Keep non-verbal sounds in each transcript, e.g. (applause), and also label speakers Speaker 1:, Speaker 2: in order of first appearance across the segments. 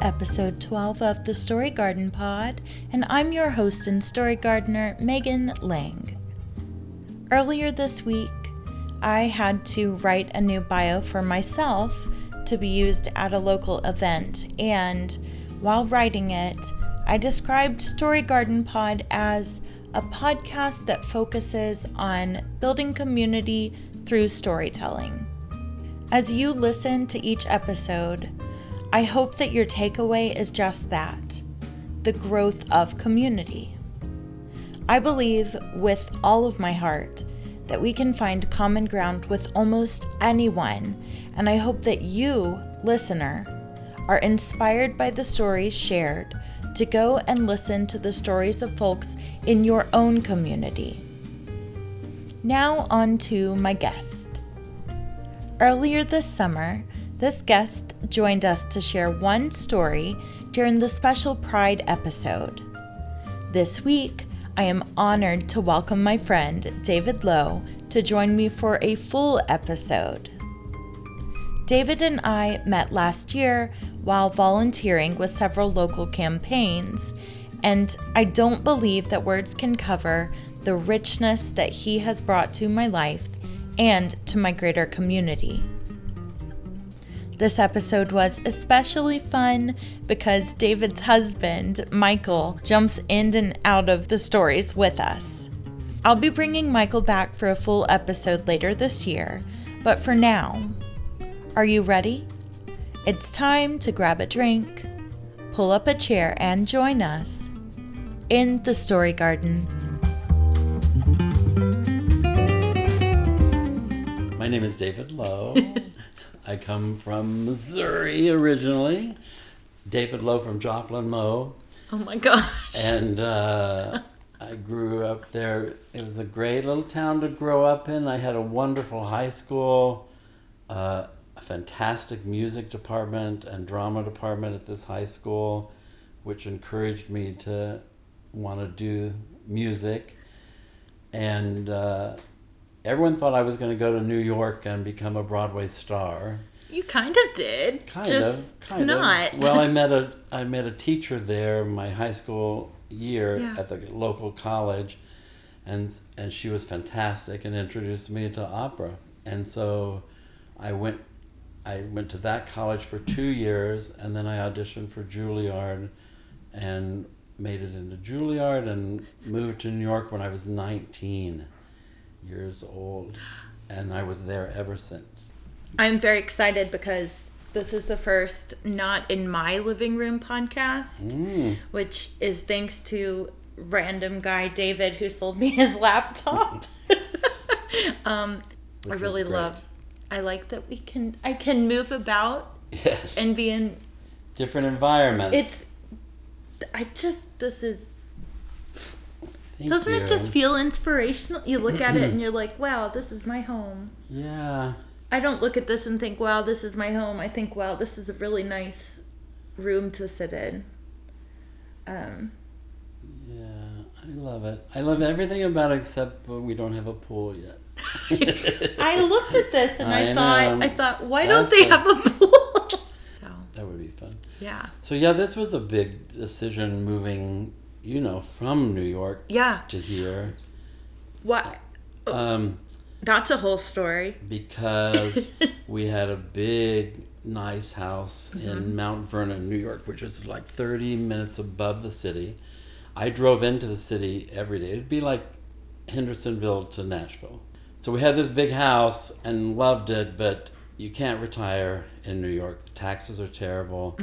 Speaker 1: episode 12 of the Story Garden Pod, and I'm your host and story gardener, Megan Lang. Earlier this week, I had to write a new bio for myself to be used at a local event, and while writing it, I described Story Garden Pod as a podcast that focuses on building community through storytelling. As you listen to each episode, I hope that your takeaway is just that the growth of community. I believe with all of my heart that we can find common ground with almost anyone, and I hope that you, listener, are inspired by the stories shared to go and listen to the stories of folks in your own community. Now, on to my guest. Earlier this summer, this guest joined us to share one story during the special Pride episode. This week, I am honored to welcome my friend David Lowe to join me for a full episode. David and I met last year while volunteering with several local campaigns, and I don't believe that words can cover the richness that he has brought to my life and to my greater community. This episode was especially fun because David's husband, Michael, jumps in and out of the stories with us. I'll be bringing Michael back for a full episode later this year, but for now, are you ready? It's time to grab a drink, pull up a chair, and join us in the Story Garden.
Speaker 2: My name is
Speaker 1: (laughs)
Speaker 2: David Lowe. I come from Missouri originally. David Lowe from Joplin, Mo.
Speaker 1: Oh my gosh.
Speaker 2: And uh, I grew up there. It was a great little town to grow up in. I had a wonderful high school, uh, a fantastic music department and drama department at this high school, which encouraged me to want to do music. And uh, everyone thought I was going to go to New York and become a Broadway star.
Speaker 1: You kind of did.
Speaker 2: Kind
Speaker 1: just
Speaker 2: of, kind
Speaker 1: not.
Speaker 2: Of.
Speaker 1: (laughs)
Speaker 2: Well, I met a I met a teacher there my high school year
Speaker 1: Yeah.
Speaker 2: at the local college, and and she was fantastic and introduced me to opera. And so, I went, I went to that college for two years, and then I auditioned for Juilliard, and made it into Juilliard, and moved to New York when I was nineteen years old, and I was there ever since.
Speaker 1: I'm very excited because this is the first not in my living room podcast,
Speaker 2: Mm.
Speaker 1: which is thanks to random guy David who sold me (laughs) his
Speaker 2: (laughs)
Speaker 1: laptop. um, I
Speaker 2: Which is
Speaker 1: really
Speaker 2: great.
Speaker 1: love. I like that we can I can move about
Speaker 2: Yes.
Speaker 1: and be in
Speaker 2: different environment.
Speaker 1: it's I just this is
Speaker 2: Thank
Speaker 1: doesn't
Speaker 2: you.
Speaker 1: it just feel inspirational? You look at it and you're like, wow, this is my home.
Speaker 2: Yeah,
Speaker 1: I don't look at this and think, wow, this is my home. I think, wow, this is a really nice room to sit in.
Speaker 2: (laughs)
Speaker 1: Um,
Speaker 2: yeah. I love it. I love everything about it except uh, we don't have a pool yet.
Speaker 1: I looked at this and I,
Speaker 2: I
Speaker 1: thought,
Speaker 2: know.
Speaker 1: I thought, why don't
Speaker 2: That's
Speaker 1: they
Speaker 2: a-
Speaker 1: have a pool?
Speaker 2: (laughs)
Speaker 1: so,
Speaker 2: That would be fun.
Speaker 1: yeah,
Speaker 2: So yeah, this was a big decision moving, you know, from New York
Speaker 1: yeah.
Speaker 2: to here.
Speaker 1: Why? Oh.
Speaker 2: Um,
Speaker 1: That's a whole story. (laughs)
Speaker 2: because (laughs) we had a big nice house in Mount Vernon, New York, which is like 30 minutes above the city. I drove into the city every day. It'd be like Hendersonville to Nashville. So we had this big house and loved it, but you can't retire in New York. The taxes are terrible.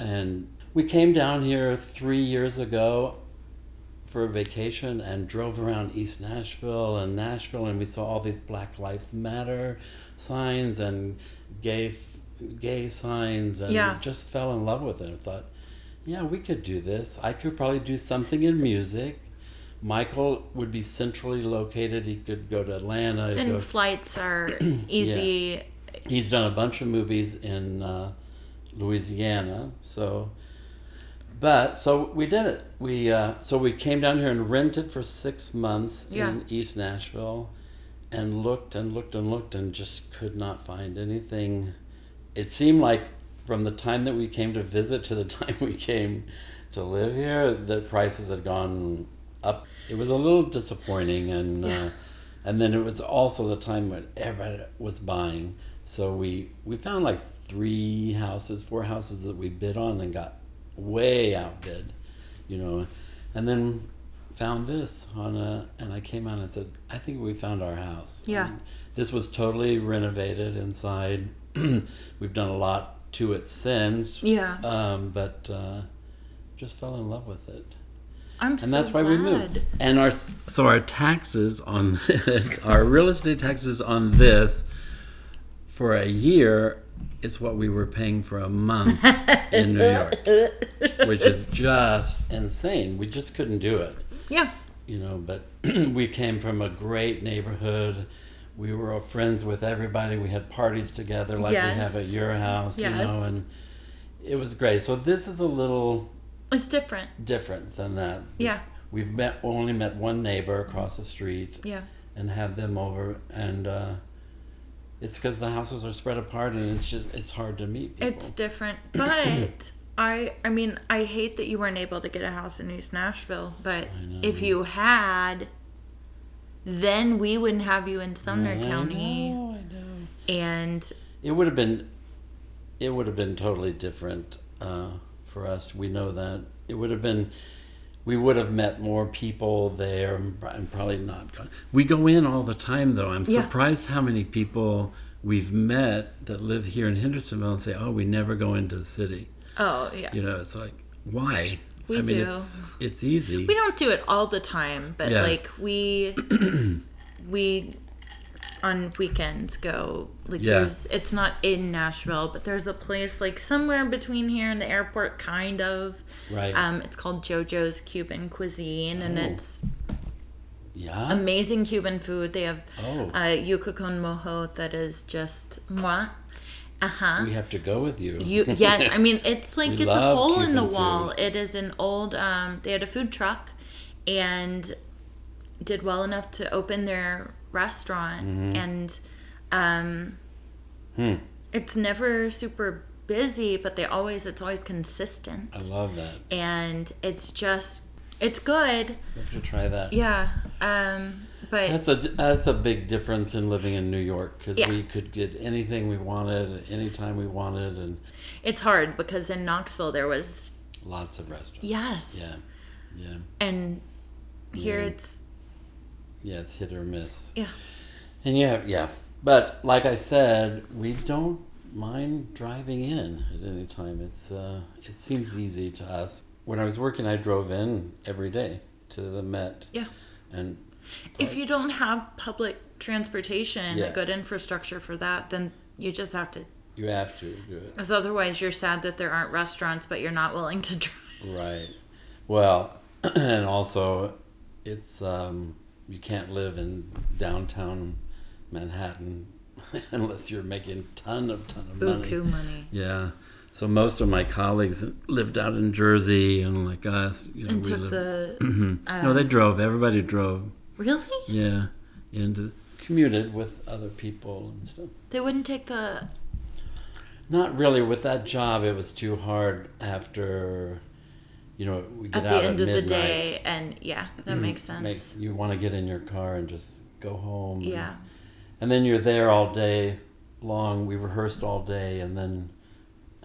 Speaker 2: And we came down here 3 years ago for a vacation and drove around East Nashville and Nashville, and we saw all these Black Lives Matter signs and gay f- gay signs, and
Speaker 1: Yeah.
Speaker 2: just fell in love with it. and thought, yeah, we could do this. I could probably do something in music. Michael would be centrally located. He could go to Atlanta. he'd go-
Speaker 1: And flights
Speaker 2: (clears throat)
Speaker 1: are easy.
Speaker 2: he's done a bunch of movies in uh, Louisiana. So, but so we did it. We uh, so we came down here and rented for six months
Speaker 1: Yeah.
Speaker 2: in East Nashville, and looked and looked and looked and just could not find anything. It seemed like from the time that we came to visit to the (laughs) time we came to live here, the prices had gone up. It was a little disappointing, and
Speaker 1: Yeah.
Speaker 2: uh, and then it was also the time when everybody was buying. So we we found like three houses, four houses that we bid on and got way outbid, you know, and then found this on a and I came out and said, I think we found our house.
Speaker 1: Yeah.
Speaker 2: And this was totally renovated inside. (clears throat) We've done a lot to it since.
Speaker 1: Yeah.
Speaker 2: Um, but uh, just fell in love with it
Speaker 1: I'm so
Speaker 2: and that's why
Speaker 1: glad.
Speaker 2: we moved. And our so our taxes on (laughs) this, our real estate taxes on this, for a year, is what we were paying for a
Speaker 1: (laughs)
Speaker 2: month in New York, which is just insane. We just couldn't do it,
Speaker 1: Yeah.
Speaker 2: you know. But (clears throat) we came from a great neighborhood. We were all friends with everybody. We had parties together, like
Speaker 1: Yes.
Speaker 2: we have at your house, you know,
Speaker 1: Yes.
Speaker 2: and it was great. So this is a little
Speaker 1: It's different.
Speaker 2: different than that.
Speaker 1: Yeah.
Speaker 2: We've met only met one neighbor across the street
Speaker 1: Yeah.
Speaker 2: and had them over, and uh, it's because the houses are spread apart and it's just it's hard to meet people.
Speaker 1: It's different.
Speaker 2: (clears throat)
Speaker 1: But I I mean, I hate that you weren't able to get a house in East Nashville, but
Speaker 2: I know.
Speaker 1: if you had then we wouldn't have you in Sumner
Speaker 2: I
Speaker 1: County
Speaker 2: know, I know.
Speaker 1: and
Speaker 2: It would have been, it would have been totally different uh, for us. We know that it would have been. We would have met more people there and pro- and probably not gone. We go in all the time though. I'm
Speaker 1: Yeah.
Speaker 2: surprised how many people we've met that live here in Hendersonville and say, "Oh, we never go into the city."
Speaker 1: oh, yeah.
Speaker 2: You know, it's like why?
Speaker 1: We
Speaker 2: I mean,
Speaker 1: do.
Speaker 2: it's it's easy.
Speaker 1: We don't do it all the time, but
Speaker 2: Yeah.
Speaker 1: like
Speaker 2: (clears throat)
Speaker 1: we we on weekends go like
Speaker 2: Yeah.
Speaker 1: there's it's not in Nashville, but there's a place like somewhere in between here and the airport kind of.
Speaker 2: right?
Speaker 1: Um it's called JoJo's Cuban Cuisine and
Speaker 2: Oh.
Speaker 1: it's
Speaker 2: yeah.
Speaker 1: amazing Cuban food. They have
Speaker 2: Oh.
Speaker 1: uh yuca con mojo that is just moi. Uh-huh.
Speaker 2: we have to go with you. (laughs)
Speaker 1: You yes, I mean it's like
Speaker 2: We
Speaker 1: it's a
Speaker 2: love
Speaker 1: hole in the
Speaker 2: Cuban
Speaker 1: wall.
Speaker 2: food.
Speaker 1: It is an old um they had a food truck and did well enough to open their restaurant and um
Speaker 2: Mm-hmm. Hmm.
Speaker 1: it's never super busy, but they always it's always consistent.
Speaker 2: I love that.
Speaker 1: And it's just it's good.
Speaker 2: We have to try that.
Speaker 1: Yeah. Um but
Speaker 2: That's a that's a big difference in living in New York because
Speaker 1: Yeah.
Speaker 2: we could get anything we wanted, anytime we wanted, and
Speaker 1: it's hard because in Knoxville there was
Speaker 2: lots of restaurants.
Speaker 1: yes.
Speaker 2: Yeah, yeah,
Speaker 1: And here
Speaker 2: Yeah.
Speaker 1: it's
Speaker 2: yeah. It's hit or miss.
Speaker 1: yeah.
Speaker 2: And yeah, yeah. But like I said, we don't mind driving in at any time. It's uh, it seems easy to us. When I was working, I drove in every day to the Met.
Speaker 1: Yeah.
Speaker 2: And
Speaker 1: If you don't have public transportation,
Speaker 2: Yeah.
Speaker 1: a good infrastructure for that, then you just have to.
Speaker 2: you have to do it.
Speaker 1: Because otherwise, you're sad that there aren't restaurants, but you're not willing to (laughs) drive.
Speaker 2: Right. Well, (clears throat) and also, it's um, you can't live in downtown Manhattan (laughs) unless you're making ton of ton of
Speaker 1: Buku
Speaker 2: money.
Speaker 1: money.
Speaker 2: Yeah. So most of my colleagues lived out in Jersey and like us, you know,
Speaker 1: And
Speaker 2: we
Speaker 1: took
Speaker 2: lived.
Speaker 1: the.
Speaker 2: (clears throat)
Speaker 1: um,
Speaker 2: Mhm. no, they drove. Everybody drove.
Speaker 1: Really?
Speaker 2: Yeah, and commuted with other people and stuff.
Speaker 1: They wouldn't take the.
Speaker 2: Not really. With that job, it was too hard after, you know, we
Speaker 1: At
Speaker 2: get
Speaker 1: the
Speaker 2: out
Speaker 1: end
Speaker 2: at
Speaker 1: of the
Speaker 2: midnight. Mm-hmm.
Speaker 1: day, and yeah, that makes sense.
Speaker 2: Makes you want to get in your car and just go home. and-
Speaker 1: yeah.
Speaker 2: And then you're there all day long. We rehearsed all day and then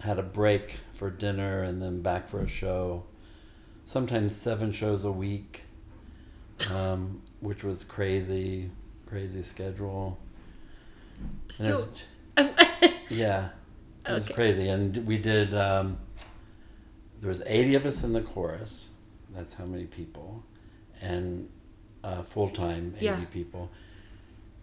Speaker 2: had a break for dinner and then back for a show. Sometimes seven shows a week, um, which was crazy, crazy schedule. And it was-
Speaker 1: So. (laughs)
Speaker 2: yeah, it was
Speaker 1: Okay.
Speaker 2: crazy. And we did. Um, there was eighty of us in the chorus. That's how many people, and uh, full time eighty
Speaker 1: Yeah.
Speaker 2: people.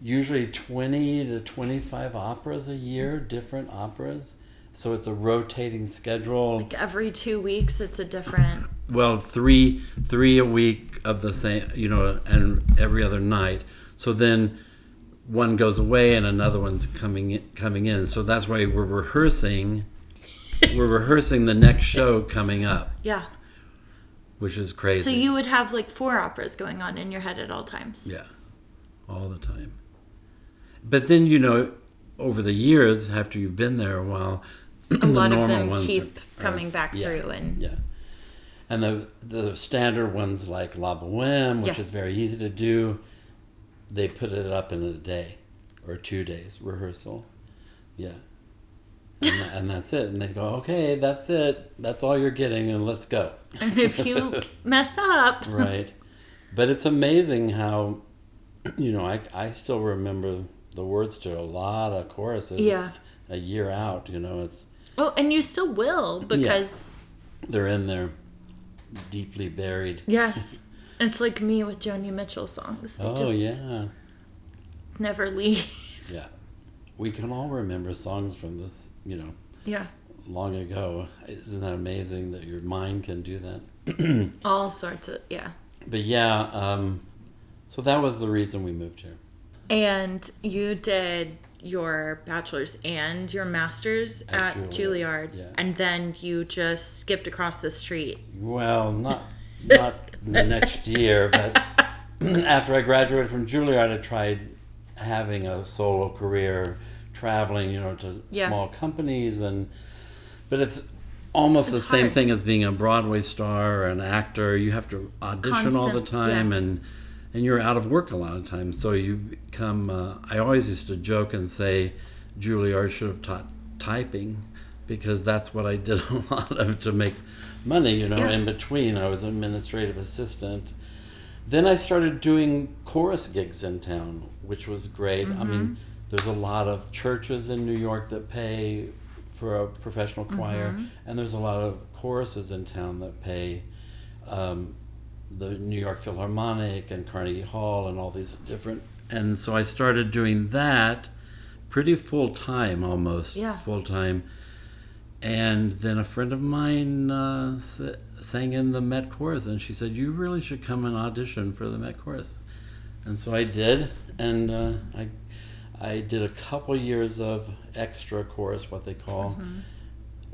Speaker 2: Usually twenty to twenty five operas a year, different operas. So it's a rotating schedule.
Speaker 1: Like every two weeks, it's a different.
Speaker 2: well, three three a week of the same, you know, and every other night. So then one goes away and another one's coming in, coming in. So that's why we're rehearsing. we're rehearsing the next show coming up,
Speaker 1: Yeah.
Speaker 2: which is crazy.
Speaker 1: So you would have like four operas going on in your head at all times.
Speaker 2: Yeah, all the time. But then you know, over the years, after you've been there a while, (clears throat)
Speaker 1: a lot of
Speaker 2: normal
Speaker 1: them
Speaker 2: ones
Speaker 1: keep
Speaker 2: are- are-
Speaker 1: coming back
Speaker 2: yeah.
Speaker 1: through and
Speaker 2: Yeah. And the the standard ones like La Boheme, which
Speaker 1: Yeah.
Speaker 2: is very easy to do, they put it up in a day or two days rehearsal. Yeah. And, tha- and that's it. And they go, okay, that's it. That's all you're getting, and let's go.
Speaker 1: and if
Speaker 2: (laughs)
Speaker 1: you mess up
Speaker 2: Right. but it's amazing how, you know, I, I still remember the words to a lot of choruses
Speaker 1: Yeah.
Speaker 2: a year out. You know, it's
Speaker 1: oh and you still will because
Speaker 2: they're in there deeply buried.
Speaker 1: yes it's like me with joni mitchell songs they
Speaker 2: Oh,
Speaker 1: just
Speaker 2: yeah.
Speaker 1: never leave (laughs)
Speaker 2: Yeah. We can all remember songs from this, you know,
Speaker 1: yeah
Speaker 2: long ago. Isn't that amazing that your mind can do that?
Speaker 1: all sorts of yeah
Speaker 2: But yeah, um, so that was the reason we moved here.
Speaker 1: and you did your bachelor's and your master's at,
Speaker 2: At
Speaker 1: Juilliard,
Speaker 2: Juilliard, yeah.
Speaker 1: and then you just skipped across the street.
Speaker 2: Well, not not the next year, but (clears throat) after I graduated from Juilliard, I tried having a solo career, traveling, you know, to
Speaker 1: Yeah.
Speaker 2: small companies, and but it's almost
Speaker 1: It's
Speaker 2: the same
Speaker 1: hard.
Speaker 2: thing as being a Broadway star or an actor. You have to audition all the
Speaker 1: Constant, yeah.
Speaker 2: time, and and you're out of work a lot of times, so you become. Uh, I always used to joke and say, Juilliard should have taught typing, because that's what I did (laughs) a lot of to make money. You know,
Speaker 1: Yeah.
Speaker 2: in between I was an administrative assistant. Then I started doing chorus gigs in town, which was great. I mean, there's a lot of churches in New York that pay for a professional choir, and there's a lot of choruses in town that pay um, the New York Philharmonic and Carnegie Hall and all these different. And so I started doing that pretty full time almost.
Speaker 1: Yeah.
Speaker 2: Full time. And then a friend of mine uh, s- sang in the Met Chorus, and she said, You really should come and audition for the Met Chorus. And so I did, and uh, I, I did a couple years of extra chorus, what they call,
Speaker 1: Mm-hmm.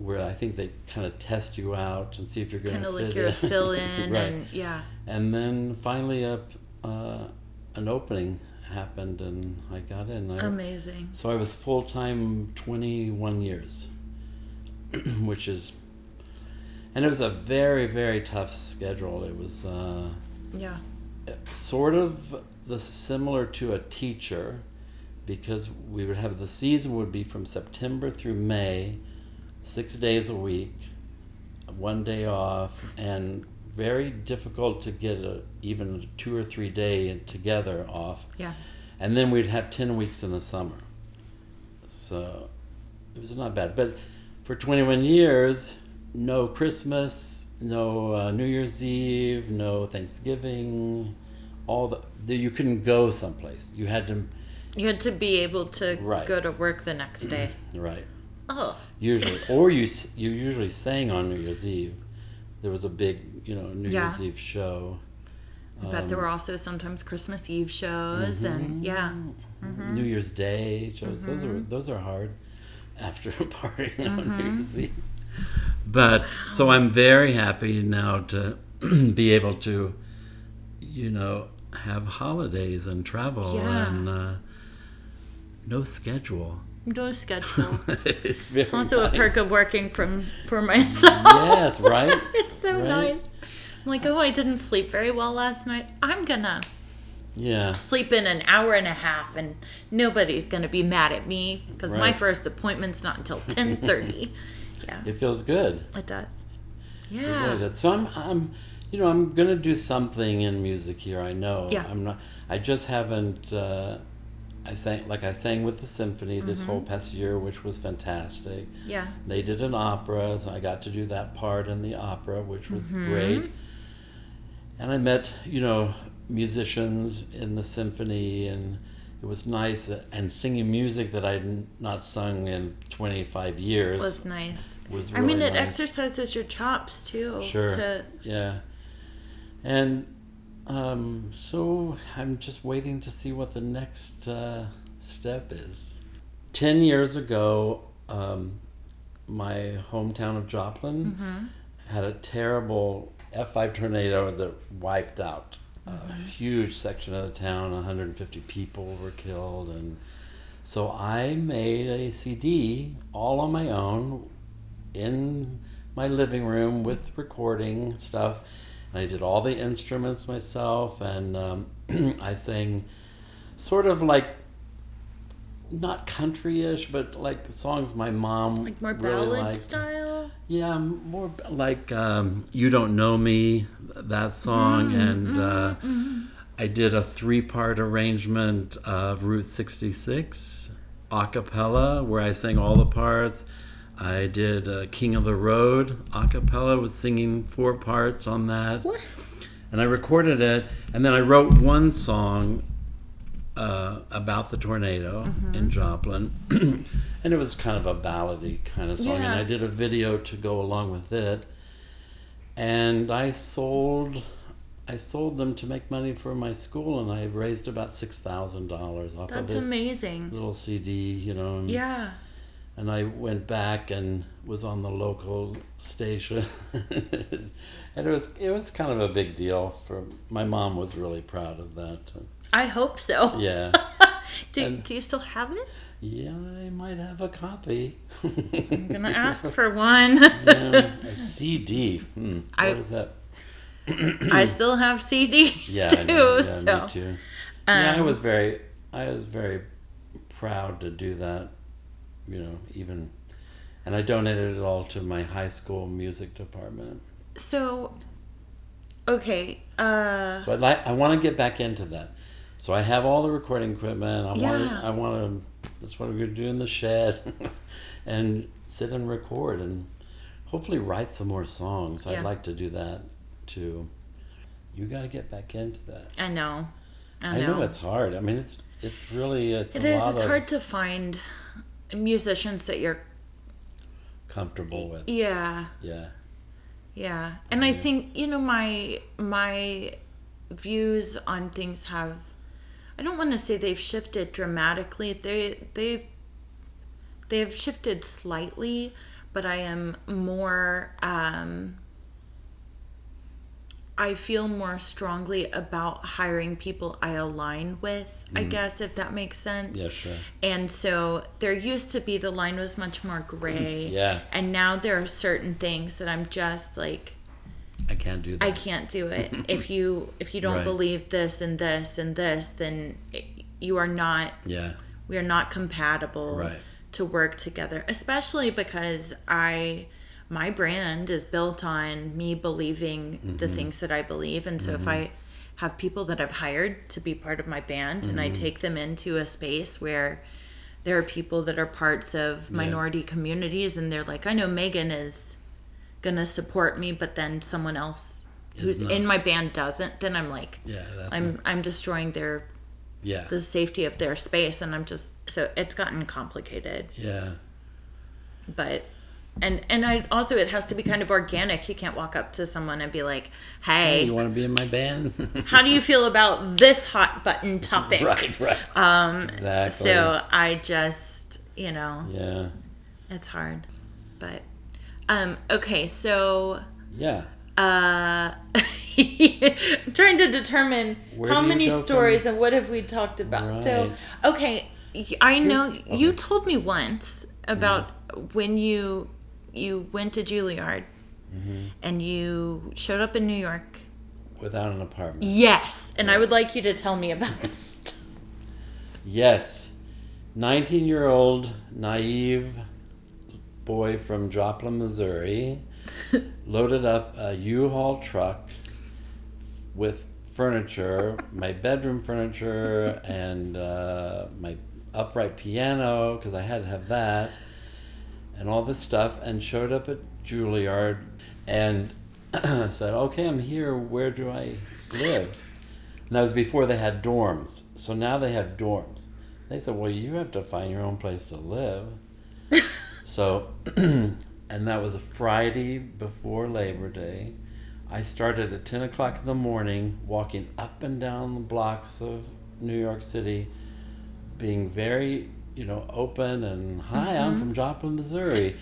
Speaker 2: where I think they kind of test you out and see if you're going
Speaker 1: Kind
Speaker 2: to
Speaker 1: of like
Speaker 2: (laughs)
Speaker 1: your fill in,
Speaker 2: right.
Speaker 1: and yeah,
Speaker 2: And then finally, up uh, an opening happened, and I got in. I,
Speaker 1: amazing.
Speaker 2: so I was full time 21 years, (clears throat) which is, and it was a very, very tough schedule. It was uh,
Speaker 1: Yeah,
Speaker 2: sort of the similar to a teacher because we would have the season would be from September through May, six days a week, one day off, and very difficult to get a, even a two or three day together off
Speaker 1: yeah,
Speaker 2: and then we'd have 10 weeks in the summer so it was not bad but for 21 years no christmas no uh, new year's eve no thanksgiving all the, the you couldn't go someplace you had to
Speaker 1: you had to be able to
Speaker 2: Right.
Speaker 1: go to work the next day.
Speaker 2: (clears throat) right
Speaker 1: Oh,
Speaker 2: usually or you s- you usually sang on new year's eve there was a big you know new
Speaker 1: Yeah.
Speaker 2: year's eve show
Speaker 1: I bet
Speaker 2: Um,
Speaker 1: there were also sometimes Christmas Eve shows,
Speaker 2: Mm-hmm.
Speaker 1: and yeah, Mm-hmm.
Speaker 2: New Year's Day shows. Those are those are hard after a party (laughs) on
Speaker 1: Mm-hmm.
Speaker 2: New Year's Eve. But so I'm very happy now to (clears throat) be able to, you know, have holidays and travel
Speaker 1: Yeah.
Speaker 2: and uh, no schedule. (laughs)
Speaker 1: no schedule.
Speaker 2: it's very
Speaker 1: (laughs) Also,
Speaker 2: nice.
Speaker 1: a perk of working from for
Speaker 2: (laughs)
Speaker 1: myself.
Speaker 2: Yes, right?
Speaker 1: (laughs) it's so
Speaker 2: Right?
Speaker 1: nice. I'm like, oh, I didn't sleep very well last night. I'm gonna
Speaker 2: Yeah.
Speaker 1: sleep in an hour and a half and nobody's going to be mad at me because my
Speaker 2: Right.
Speaker 1: first appointment's not
Speaker 2: (laughs)
Speaker 1: until 10.30 yeah
Speaker 2: It feels good.
Speaker 1: it does
Speaker 2: It
Speaker 1: yeah
Speaker 2: really does. So I'm, I'm, you know, I'm gonna do something in music here. I know.
Speaker 1: Yeah.
Speaker 2: I'm not. I just haven't. Uh, I sang like I sang with the symphony this whole
Speaker 1: Mm-hmm.
Speaker 2: past year, which was fantastic.
Speaker 1: yeah
Speaker 2: They did an opera, so I got to do that part in the opera, which was
Speaker 1: Mm-hmm.
Speaker 2: great. And I met, you know, musicians in the symphony, and it was nice. uh, And singing music that I'd n- not sung in 25 years
Speaker 1: was nice
Speaker 2: was
Speaker 1: i mean
Speaker 2: really
Speaker 1: it
Speaker 2: nice.
Speaker 1: exercises your chops too
Speaker 2: Sure.
Speaker 1: to,
Speaker 2: Yeah. And um, so I'm just waiting to see what the next uh, step is. 10 years ago, um, my hometown of Joplin had a terrible F5 tornado that wiped out a huge section of the town. 150 people were killed. And so I made a CD all on my own in my living room with recording stuff. And I did all the instruments myself, and um, (clears throat) I sang sort of like not country-ish, but like songs my mom
Speaker 1: Like more
Speaker 2: really
Speaker 1: ballad
Speaker 2: liked.
Speaker 1: style.
Speaker 2: Yeah, m- more b- like um, "You Don't Know Me" that song,
Speaker 1: Mm,
Speaker 2: and uh, I did a three-part arrangement of Route 66 a cappella, where I sang all the parts. I did uh, "King of the Road" a cappella, was singing four parts on that,
Speaker 1: What?
Speaker 2: and I recorded it. And then I wrote one song uh, about the tornado
Speaker 1: Mm-hmm.
Speaker 2: in Joplin, (clears throat) and it was kind of a ballady kind of song. And
Speaker 1: Yeah.
Speaker 2: I did a video to go along with it, and I sold, I sold them to make money for my school, and I raised about six thousand dollars off of
Speaker 1: That's
Speaker 2: this
Speaker 1: amazing.
Speaker 2: little CD, you know. And,
Speaker 1: Yeah.
Speaker 2: and I went back and was on the local station, (laughs) and it was it was kind of a big deal for my mom was really proud of that.
Speaker 1: I hope so.
Speaker 2: Yeah.
Speaker 1: (laughs) do,
Speaker 2: And-
Speaker 1: do you still have it?
Speaker 2: Yeah, I might have a copy.
Speaker 1: I'm
Speaker 2: (laughs)
Speaker 1: gonna ask for one.
Speaker 2: Um, a CD. Hmm.
Speaker 1: I-
Speaker 2: what is that?
Speaker 1: I still have CDs
Speaker 2: (laughs)
Speaker 1: (laughs)
Speaker 2: Yeah,
Speaker 1: too.
Speaker 2: I know. yeah,
Speaker 1: so um,
Speaker 2: me too. yeah, I was very, I was very proud to do that. You know, even, and I donated it all to my high school music department.
Speaker 1: so okay. Uh,
Speaker 2: So I like, I want to get back into that. So I have all the recording equipment. I want,
Speaker 1: Yeah.
Speaker 2: I want to. That's what I'm gonna do in the shed, (laughs) and sit and record and hopefully write some more songs.
Speaker 1: Yeah.
Speaker 2: I'd like to do that too. You got to get back into that.
Speaker 1: I know. I
Speaker 2: I
Speaker 1: know.
Speaker 2: know. it's hard. I mean, it's it's really it's
Speaker 1: It
Speaker 2: a
Speaker 1: is.
Speaker 2: lot
Speaker 1: It's
Speaker 2: of
Speaker 1: hard to find musicians that you're.
Speaker 2: comfortable with.
Speaker 1: Yeah.
Speaker 2: Yeah,
Speaker 1: Yeah. And I think, you know, my my views on things have I don't want to say they've shifted dramatically. They they've they've shifted slightly, but I am more um I feel more strongly about hiring people I align with, I guess if that makes sense.
Speaker 2: yeah, sure.
Speaker 1: And so there used to be the line was much more gray.
Speaker 2: Mm, Yeah.
Speaker 1: And now there are certain things that I'm just like
Speaker 2: I can't do that.
Speaker 1: I can't do
Speaker 2: (laughs)
Speaker 1: it. if you if you don't
Speaker 2: Right.
Speaker 1: believe this and this and this, then it, you are not
Speaker 2: yeah,
Speaker 1: we are not compatible
Speaker 2: Right.
Speaker 1: to work together, especially because I my brand is built on me believing the
Speaker 2: Mm-hmm.
Speaker 1: things that I believe and so if I have people that I've hired to be part of my band and I
Speaker 2: Mm-hmm.
Speaker 1: take them into a space where there are people that are parts of minority communities and they're like, I know Megan is gonna support me, but then someone else who's
Speaker 2: not.
Speaker 1: in my band doesn't, then I'm like
Speaker 2: yeah. That's
Speaker 1: I'm I'm destroying their
Speaker 2: yeah,
Speaker 1: the safety of their space and I'm just so it's gotten complicated
Speaker 2: yeah,
Speaker 1: but and and I also it has to be kind of organic you can't walk up to someone and be like hey,
Speaker 2: You want to be in my band?
Speaker 1: how do
Speaker 2: (laughs)
Speaker 1: you feel about this hot button topic
Speaker 2: right, right. Um, exactly.
Speaker 1: so I just you know
Speaker 2: yeah,
Speaker 1: it's hard but um okay so
Speaker 2: yeah.
Speaker 1: uh (laughs) trying to determine
Speaker 2: Where
Speaker 1: how
Speaker 2: do you
Speaker 1: many
Speaker 2: go from-
Speaker 1: stories and what have we talked about so okay y- i know
Speaker 2: okay. Mm-hmm.
Speaker 1: you told me once about when you you went to juilliard
Speaker 2: Mm-hmm.
Speaker 1: and you showed up in new york
Speaker 2: Without an apartment.
Speaker 1: yes and i would like you to tell me about that
Speaker 2: Yes. 19 year old naive boy from Joplin, Missouri, loaded up a U Haul truck with furniture, my bedroom furniture, and uh, my upright piano, because I had to have that, and all this stuff, and showed up at Juilliard and (clears throat) said, Okay, I'm here. Where do I live? And that was before they had dorms. So now they have dorms. They said, well, you have to find your own place to live. so, (clears throat) and that was a Friday before Labor Day. I started at 10 o'clock in the morning, walking up and down the blocks of New York City, being very, you know, open and, hi, I'm from Joplin, Missouri.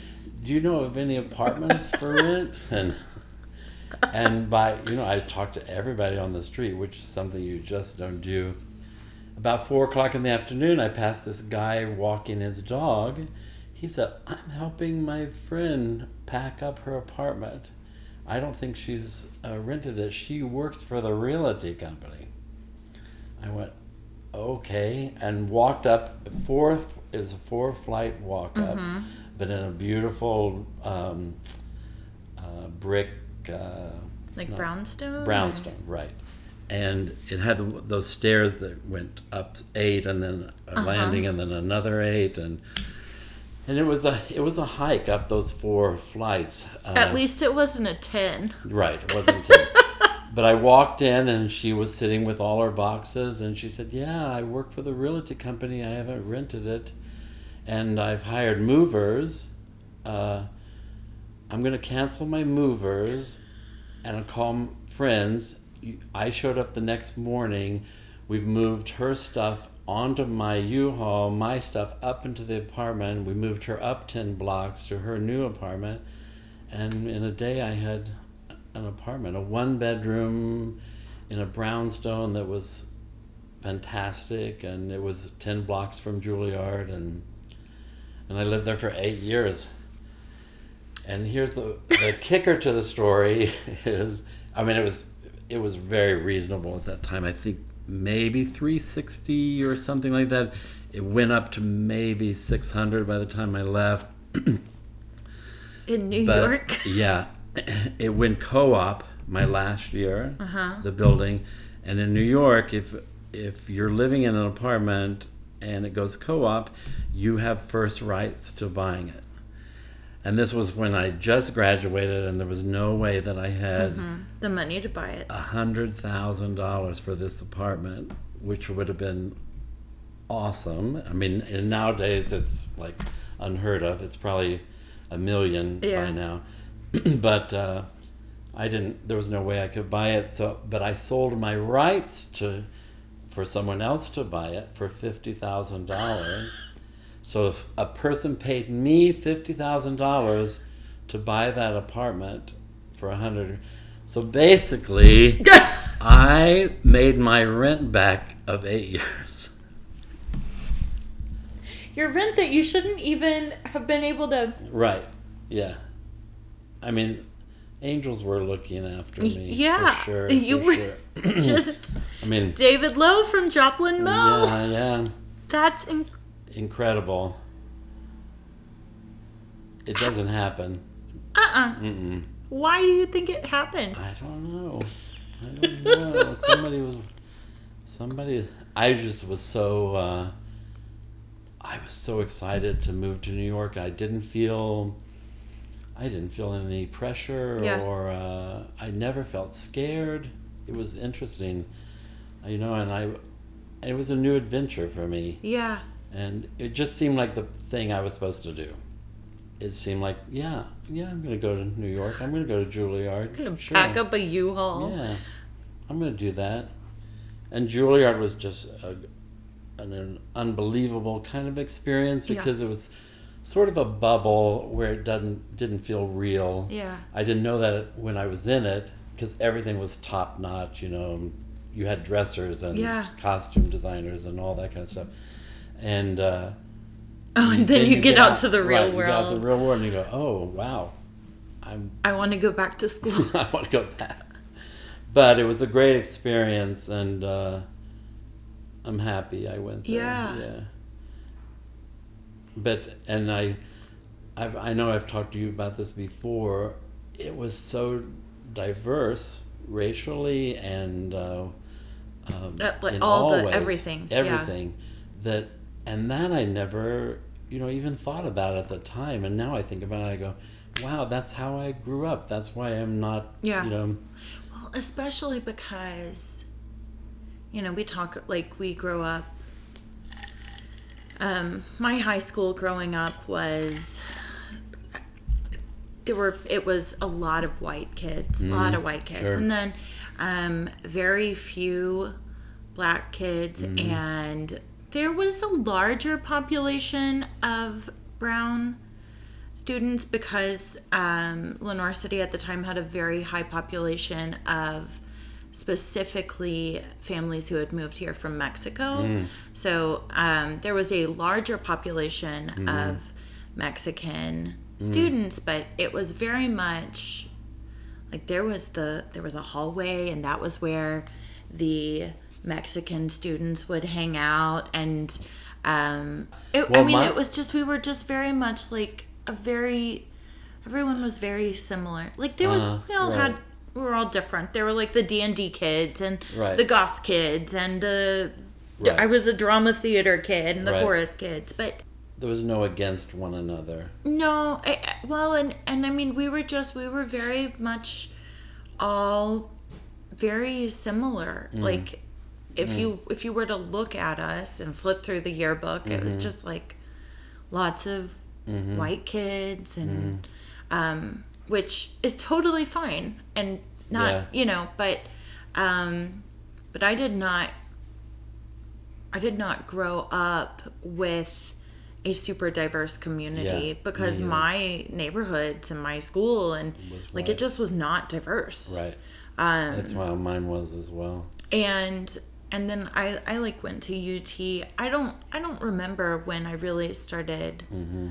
Speaker 2: Do you know of any apartments for rent? And and by you know i talked to everybody on the street which is something you just don't do about four o'clock in the afternoon i passed this guy walking his dog He said, I'm helping my friend pack up her apartment. I don't think she's uh, rented it. She works for the realty company. I went, okay, and walked up. Four it was a four flight walk up, but in a beautiful um, uh, brick. Uh,
Speaker 1: Like
Speaker 2: No.
Speaker 1: brownstone? or-
Speaker 2: Brownstone, right. And it had th- those stairs that went up eight and then a
Speaker 1: Uh-huh.
Speaker 2: landing and then another eight and and it was a it was a hike up those four flights. Uh,
Speaker 1: At least it wasn't a 10.
Speaker 2: Right, it wasn't ten. But I walked in and she was sitting with all her boxes and she said, "Yeah, I work for the realty company. I haven't rented it, and I've hired movers. Uh, I'm gonna cancel my movers, and I'll call m- friends. You- I showed up the next morning. We've moved her stuff onto my U-Haul, my stuff up into the apartment. We moved her up ten blocks to her new apartment, and in a day I had an apartment, a one bedroom in a brownstone that was fantastic and it was 10 blocks from Juilliard and and I lived there for 8 years. And here's the the kicker to the story (laughs) is I mean it was it was very reasonable at that time. I think maybe 360 or something like that. It went up to maybe 600 by the time I left.
Speaker 1: (laughs)
Speaker 2: (clears throat)
Speaker 1: In New
Speaker 2: But,
Speaker 1: York? (laughs)
Speaker 2: yeah, (clears throat) it went co-op my last year.
Speaker 1: Uh-huh.
Speaker 2: The building, and in New York, if if you're living in an apartment and it goes co-op, you have first rights to buying it. And this was when I just graduated, and there was no way that I had
Speaker 1: The money to buy it.
Speaker 2: a hundred thousand dollars for this apartment, which would have been awesome. I mean, and nowadays it's like unheard of. It's probably a million
Speaker 1: Yeah.
Speaker 2: by now, (clears throat) but uh, I didn't. There was no way I could buy it. So, but I sold my rights to for someone else to buy it for fifty thousand dollars. So if a person paid me fifty thousand dollars to buy that apartment for a hundred. So basically, I made my rent back of eight years.
Speaker 1: (laughs) Your rent that you shouldn't even have been able to.
Speaker 2: Right. Yeah. I mean, angels were looking after
Speaker 1: Y-
Speaker 2: me.
Speaker 1: yeah,
Speaker 2: For sure.
Speaker 1: you
Speaker 2: for
Speaker 1: were-
Speaker 2: sure.
Speaker 1: (laughs) Just (laughs)
Speaker 2: I mean.
Speaker 1: David Lowe from Joplin Mo.
Speaker 2: Yeah. Yeah.
Speaker 1: That's in-
Speaker 2: Incredible. It doesn't happen.
Speaker 1: uh-uh.
Speaker 2: Mm-mm.
Speaker 1: Why do you think it happened?
Speaker 2: I don't know. I don't know. somebody was. Somebody. I just was so. Uh, I was so excited to move to New York. I didn't feel. I didn't feel any pressure,
Speaker 1: Yeah.
Speaker 2: or uh, I never felt scared. It was interesting, you know, and I. It was a new adventure for me
Speaker 1: Yeah.
Speaker 2: and it just seemed like the thing I was supposed to do. It seemed like, yeah, yeah, I'm gonna go to New York. I'm gonna go to Juilliard.
Speaker 1: I'm gonna
Speaker 2: Sure.
Speaker 1: pack up a U-Haul.
Speaker 2: Yeah, I'm gonna do that. And Juilliard was just a, an, an unbelievable kind of experience
Speaker 1: Yeah.
Speaker 2: because it was sort of a bubble where it doesn't didn't feel real.
Speaker 1: Yeah.
Speaker 2: I didn't know that when I was in it because everything was top notch. You know, you had dressers and
Speaker 1: Yeah.
Speaker 2: costume designers and all that kind of stuff. And uh,
Speaker 1: Oh, (laughs) (laughs) and then you, get, out to the real
Speaker 2: right, You
Speaker 1: world.
Speaker 2: get out to the real world and you go, oh wow, I'm
Speaker 1: I want to go back to school.
Speaker 2: (laughs) I want to go back. But it was a great experience, and uh, I'm happy I went there.
Speaker 1: Yeah.
Speaker 2: But and I, I've I know I've talked to you about this before. It was so diverse racially and uh, um,
Speaker 1: Uh, like
Speaker 2: in
Speaker 1: all the
Speaker 2: ways,
Speaker 1: everythings, yeah.
Speaker 2: everything that and that I never you know even thought about at the time, and now I think about it, I go. Wow, that's how I grew up. That's why I'm not,
Speaker 1: Yeah.
Speaker 2: you know,
Speaker 1: Well, especially because, you know, we talk like we grow up. Um, my high school growing up was there were it was a lot of white kids, a lot of white kids,
Speaker 2: sure.
Speaker 1: and then um, very few black kids, and there was a larger population of brown students because um, Lenoir City at the time had a very high population of specifically families who had moved here from Mexico. So um, there was a larger population of Mexican students, but it was very much like there was the there was a hallway and that was where the Mexican students would hang out and um it, I
Speaker 2: Well,
Speaker 1: mean
Speaker 2: my-
Speaker 1: it was just we were just very much like a very everyone was very similar. Like there was
Speaker 2: Uh-huh,
Speaker 1: we all
Speaker 2: right.
Speaker 1: had we were all different. There were like the D and D kids and
Speaker 2: Right.
Speaker 1: the goth kids and the
Speaker 2: Right.
Speaker 1: I was a drama theater kid and the
Speaker 2: Right.
Speaker 1: chorus kids, but
Speaker 2: There was no against one another.
Speaker 1: no, I, I- well, and and I mean, we were just we were very much all very similar. Like, if you if you were to look at us and flip through the yearbook, it was just like lots of white kids and um, which is totally fine and not
Speaker 2: Yeah.
Speaker 1: you know, but um, but I did not I did not grow up with a super diverse community
Speaker 2: Yeah,
Speaker 1: because
Speaker 2: me either.
Speaker 1: my neighborhoods and my school and
Speaker 2: Was
Speaker 1: like
Speaker 2: right.
Speaker 1: it just was not diverse.
Speaker 2: Right.
Speaker 1: Um,
Speaker 2: That's how mine was as well.
Speaker 1: and and then I I like went to UT. I don't I don't remember when I really started.
Speaker 2: Mm-hmm.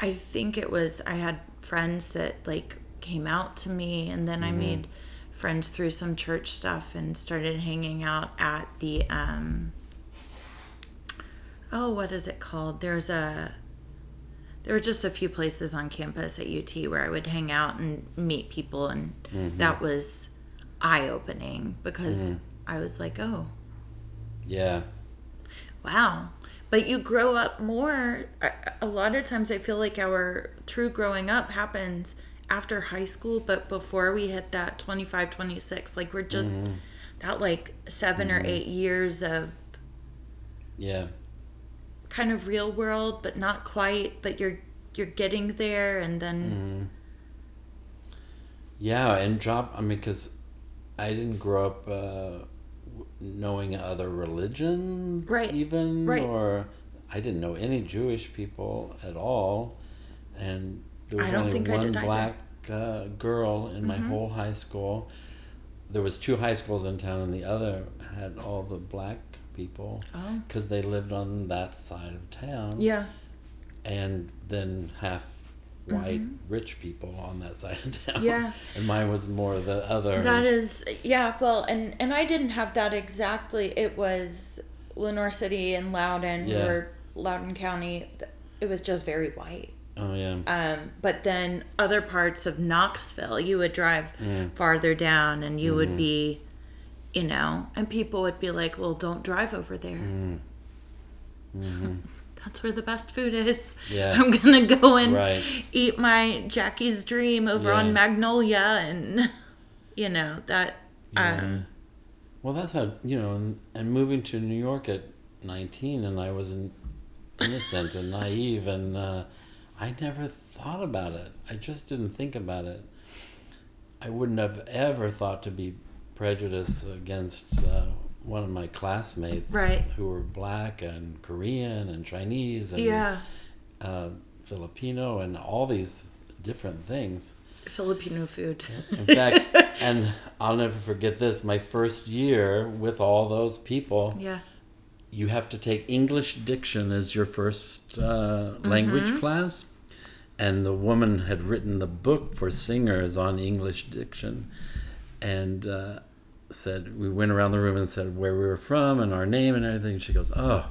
Speaker 1: I think it was I had friends that like came out to me, and then I made friends through some church stuff and started hanging out at the um. Oh, what is it called? There's a. There were just a few places on campus at UT where I would hang out and meet people, and that was eye opening because I was like, oh,
Speaker 2: Yeah.
Speaker 1: wow. But you grow up more. I- A lot of times I feel like our true growing up happens after high school, but before we hit that 25, 26. Like we're just that like 7 or eight years of
Speaker 2: Yeah.
Speaker 1: kind of real world, but not quite, but you're you're getting there and then
Speaker 2: Yeah, and job. I mean, because I didn't grow up uh, w- knowing other religions,
Speaker 1: Right,
Speaker 2: Even
Speaker 1: right.
Speaker 2: or I didn't know any Jewish people at all, and there
Speaker 1: I
Speaker 2: was
Speaker 1: don't
Speaker 2: only
Speaker 1: think I
Speaker 2: one
Speaker 1: did either. Mm-hmm.
Speaker 2: black uh, girl in my whole high school. There was two high schools in town, and the other had all the black people
Speaker 1: oh
Speaker 2: because they lived on that side of town
Speaker 1: yeah.
Speaker 2: and then half white rich people on that (laughs) side of town.
Speaker 1: Mm-hmm. Yeah.
Speaker 2: and mine was more the other.
Speaker 1: That is, yeah. Well, and and I didn't have that exactly. It was Lenore City and Loudon
Speaker 2: Yeah.
Speaker 1: or Loudon County. It was just very white.
Speaker 2: Oh yeah.
Speaker 1: Um, but then other parts of Knoxville, you would drive farther down, and you
Speaker 2: Mm-hmm.
Speaker 1: would be, you know, and people would be like, "Well, don't drive over there."
Speaker 2: Mm.
Speaker 1: (laughs) That's where the best food is.
Speaker 2: Mm-hmm. Yeah.
Speaker 1: (laughs) I'm gonna go and
Speaker 2: Right.
Speaker 1: eat my Jackie's Dream over
Speaker 2: Yeah.
Speaker 1: on Magnolia, and (laughs) you know that. Um,
Speaker 2: Well, that's how you know. And, and moving to New York at nineteen, and I was in, innocent and naive, and uh, I never thought about it. I just didn't think about it. I wouldn't have ever thought to be prejudiced against uh, one of my classmates,
Speaker 1: Right.
Speaker 2: who were black and Korean and Chinese and
Speaker 1: yeah,
Speaker 2: uh, Filipino and all these different things.
Speaker 1: Filipino food.
Speaker 2: In fact, and I'll never forget this my first year with all those people,
Speaker 1: (laughs) yeah,
Speaker 2: you have to take English diction as your first uh, language class. And the woman had written the book for singers on English diction and uh, said, We went around the room and said where we were from and our name and everything. She goes, Oh,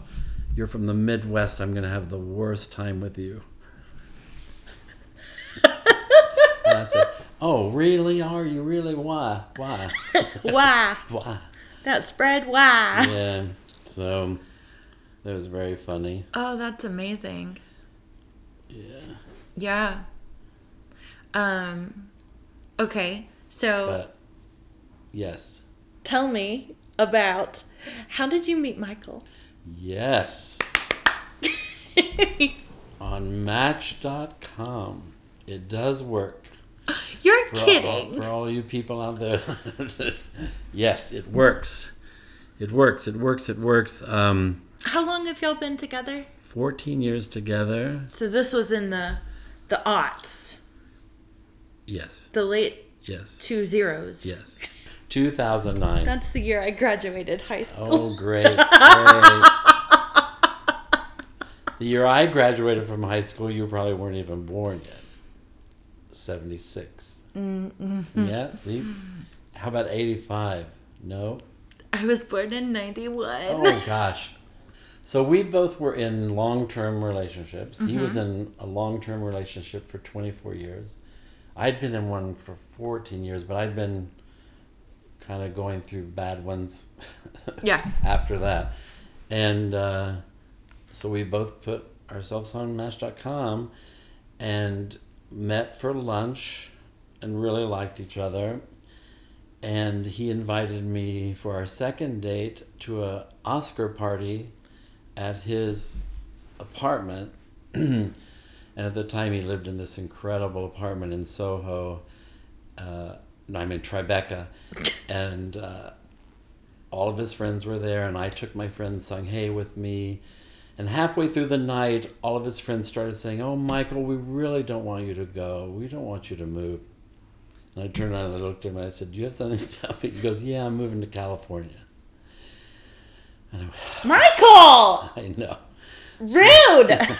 Speaker 2: you're from the Midwest. I'm going to have the worst time with you. (laughs) and I said, Oh, really? Are you really? Why? Why?
Speaker 1: why
Speaker 2: Why?
Speaker 1: that spread? Why?
Speaker 2: yeah. So that was very funny.
Speaker 1: Oh, that's amazing.
Speaker 2: Yeah.
Speaker 1: Yeah. Um okay. So
Speaker 2: But yes.
Speaker 1: tell me about how did you meet Michael? (laughs)
Speaker 2: Yes. On match.com. It does work.
Speaker 1: You're
Speaker 2: For all-
Speaker 1: kidding.
Speaker 2: for all you people out there. (laughs) yes, it works. It works. It works. It works. Um,
Speaker 1: How long have y'all been together?
Speaker 2: 14 years together.
Speaker 1: So this was in the the aughts,
Speaker 2: Yes.
Speaker 1: the late
Speaker 2: Yes.
Speaker 1: two zeros.
Speaker 2: Yes. 2009.
Speaker 1: That's the year I graduated high school.
Speaker 2: Oh, great. great. The year I graduated from high school, you probably weren't even born yet. 76. Yeah, see? How about 85? No?
Speaker 1: (laughs) I was born in 91. (laughs)
Speaker 2: Oh, gosh. So we both were in long term relationships. He was in a long term relationship for 24 years. I'd been in one for 14 years, but I'd been kind of going through bad ones (laughs)
Speaker 1: Yeah.
Speaker 2: after that. And uh, so we both put ourselves on Match.com and met for lunch and really liked each other. And he invited me for our second date to a Oscar party at his apartment. (clears throat) and at the time, he lived in this incredible apartment in Soho. Uh, no, I mean Tribeca. and uh, all of his friends were there, and I took my friend Sung Hey with me. And halfway through the night, all of his friends started saying, Oh, Michael, we really don't want you to go. We don't want you to move. And I turned around and I looked at him and I said, Do you have something to tell me? He goes, Yeah, I'm moving to California. And I went,
Speaker 1: Michael!
Speaker 2: (laughs) I know.
Speaker 1: Rude!
Speaker 2: (laughs)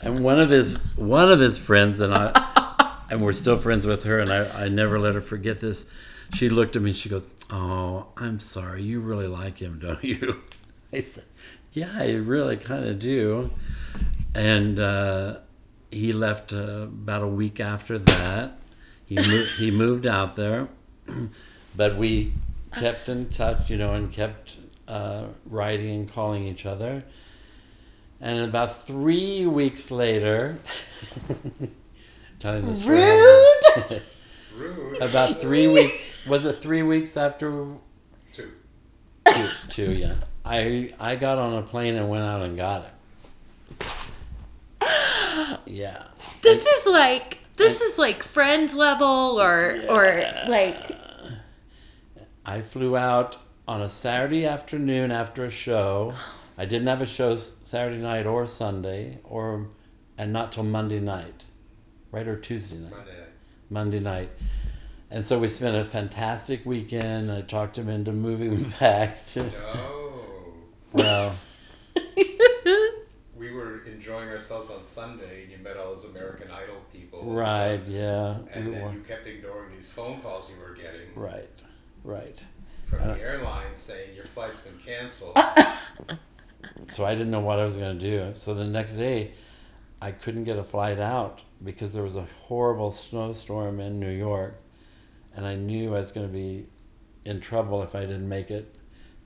Speaker 2: And one of his one of his friends and I and we're still friends with her and I, I never let her forget this. She looked at me, she goes, Oh, I'm sorry, you really like him, don't you? (laughs) I said, Yeah, I really kinda do. And uh, he left uh, about a week after that. He mo- he moved out there. (clears throat) but we kept in touch, you know, and kept uh, writing and calling each other. And about three weeks later, (laughs) telling this story how long- (laughs)
Speaker 1: Rude!
Speaker 2: about three weeks. Was it three weeks after
Speaker 3: Two.
Speaker 2: two, two? Yeah, I I got on a plane and went out and got it. Yeah,
Speaker 1: This is like this is like friends level or or like
Speaker 2: I flew out on a Saturday afternoon after a show. I didn't have a show s- Saturday night or Sunday, or and not till Monday night, right or Tuesday night.
Speaker 3: Monday night.
Speaker 2: Monday night. And so we spent a fantastic weekend. I talked him into moving (laughs) back to
Speaker 3: No.
Speaker 2: well,
Speaker 3: Oh. We were enjoying ourselves on Sunday, and you met all those American Idol people. and
Speaker 2: right, yeah.
Speaker 3: stuff,
Speaker 2: we
Speaker 3: And
Speaker 2: were-
Speaker 3: then you kept ignoring these phone calls you were getting
Speaker 2: right. Right.
Speaker 3: from
Speaker 2: I don't-
Speaker 3: the airline saying your flight's been canceled.
Speaker 2: Ah. So I didn't know what I was going to do. So the next day, I couldn't get a flight out because there was a horrible snowstorm in New York, and I knew I was going to be in trouble if I didn't make it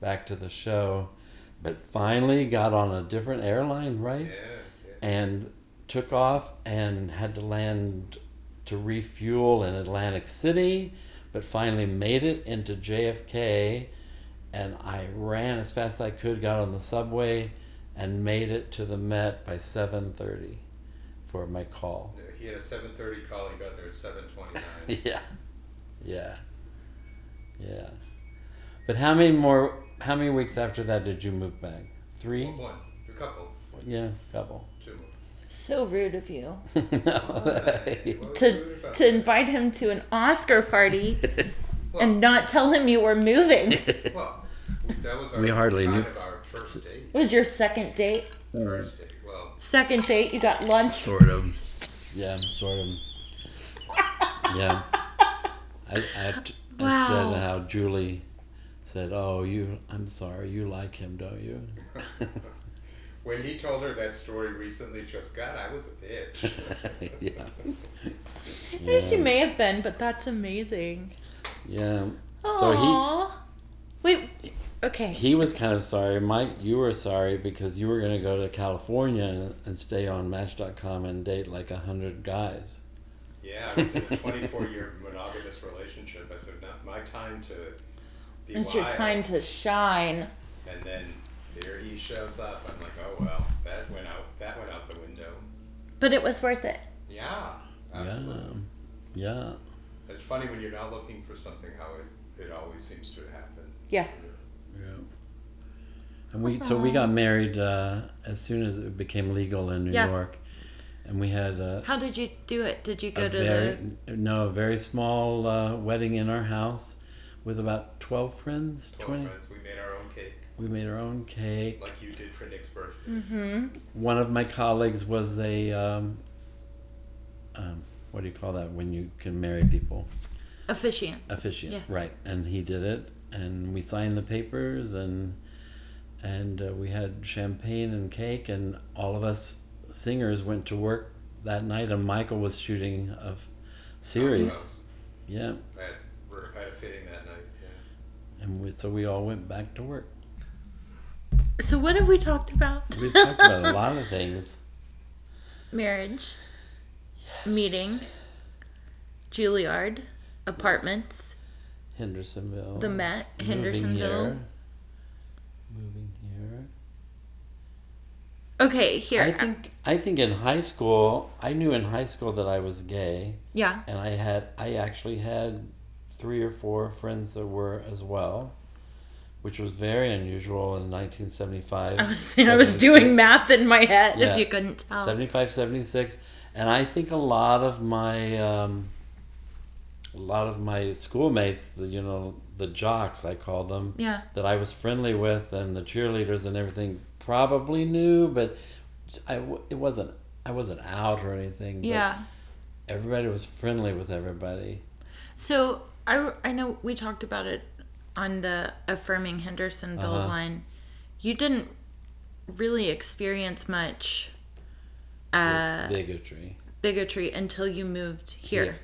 Speaker 2: back to the show. But finally got on a different airline, right?
Speaker 3: yeah, yeah.
Speaker 2: and took off and had to land to refuel in Atlantic City, but finally made it into JFK. And I ran as fast as I could, got on the subway, and made it to the Met by seven thirty for my call. (laughs)
Speaker 3: He had a 7:30 call. He got there at 7:29.
Speaker 2: Yeah, yeah, yeah. But how many more? How many weeks after that did you move back? Three?
Speaker 3: One, a couple,
Speaker 2: Yeah, couple. (laughs)
Speaker 3: two more.
Speaker 1: so rude of you
Speaker 3: What was
Speaker 1: to
Speaker 3: rude about
Speaker 1: to invite him to an Oscar party
Speaker 2: (laughs)
Speaker 3: Well,
Speaker 1: and not tell him you were moving. It
Speaker 3: well, that was our
Speaker 2: We hardly
Speaker 3: kind
Speaker 2: knew-
Speaker 3: of our first date.
Speaker 1: was your second date.
Speaker 3: First date. Well,
Speaker 1: Second date, you got lunch.
Speaker 2: Sort of. Yeah, sort of. (laughs) Yeah. I, I, t- I
Speaker 1: Wow.
Speaker 2: said how Julie said, "Oh, you. I'm sorry. You like him, don't you?"
Speaker 3: when he told her that story recently, she goes, "God, I was a bitch."
Speaker 2: (laughs) (laughs) yeah.
Speaker 1: She may have been, but that's amazing.
Speaker 2: Yeah. So
Speaker 1: Aww. Wait. Okay.
Speaker 2: he he was kind of sorry. Mike, you were sorry because you were gonna go to California and stay on Match.com and date like a hundred guys.
Speaker 3: yeah, I was in a 24-year monogamous relationship. I said, "Not my time to be
Speaker 1: it's
Speaker 3: wild."
Speaker 1: your time to shine.
Speaker 3: And then there he shows up. I'm like, "Oh well, that went out. That went out the window."
Speaker 1: But it was worth it.
Speaker 3: Yeah, absolutely.
Speaker 2: Yeah.
Speaker 3: It's funny when you're not looking for something, how it, it always seems to happen.
Speaker 1: Yeah.
Speaker 2: Yeah. And we so we got married uh, as soon as it became legal in New
Speaker 1: Yeah.
Speaker 2: York, and we had uh,
Speaker 1: How did you do it? Did you go
Speaker 2: a
Speaker 1: to
Speaker 2: very
Speaker 1: the
Speaker 2: n- no a very small uh, wedding in our house with about 12 friends
Speaker 3: 12
Speaker 2: 20
Speaker 3: friends, we made our own cake.
Speaker 2: We made our own cake.
Speaker 3: like you did for Nick's birthday.
Speaker 1: Mm-hmm.
Speaker 2: One of my colleagues was a, um, um, what do you call that when you can marry people?
Speaker 1: Officiant.
Speaker 2: Officiant,
Speaker 1: Yeah.
Speaker 2: right? And he did it, and we signed the papers, and and uh, we had champagne and cake, and all of us singers went to work that night, and Michael was shooting a f- series.
Speaker 3: Gross.
Speaker 2: Yeah,
Speaker 3: I had, we're- I had a fitting that night. Yeah.
Speaker 2: and we, so we all went back to work.
Speaker 1: So what have we talked about?
Speaker 2: We've talked about a
Speaker 1: (laughs)
Speaker 2: lot of things.
Speaker 1: Marriage. Meeting. Juilliard. Apartments.
Speaker 2: Hendersonville.
Speaker 1: The Met.
Speaker 2: moving
Speaker 1: Hendersonville.
Speaker 2: here, Moving here.
Speaker 1: Okay, here.
Speaker 2: I think I think in high school, I knew in high school that I was gay,
Speaker 1: yeah.
Speaker 2: and I had I actually had three or four friends that were as well, which was very unusual in 1975.
Speaker 1: I was (laughs) I was doing math in my head
Speaker 2: Yeah.
Speaker 1: if you couldn't tell.
Speaker 2: 75, 76. and I think a lot of my um, a lot of my schoolmates, the you know the jocks I call them,
Speaker 1: Yeah.
Speaker 2: that I was friendly with and the cheerleaders and everything probably knew, but I w- it wasn't I wasn't out or anything. but
Speaker 1: Yeah.
Speaker 2: everybody was friendly with everybody.
Speaker 1: So I, I know we talked about it on the affirming Hendersonville
Speaker 2: Uh-huh.
Speaker 1: line. You didn't really experience much uh,
Speaker 2: Bigotry.
Speaker 1: bigotry until you moved here.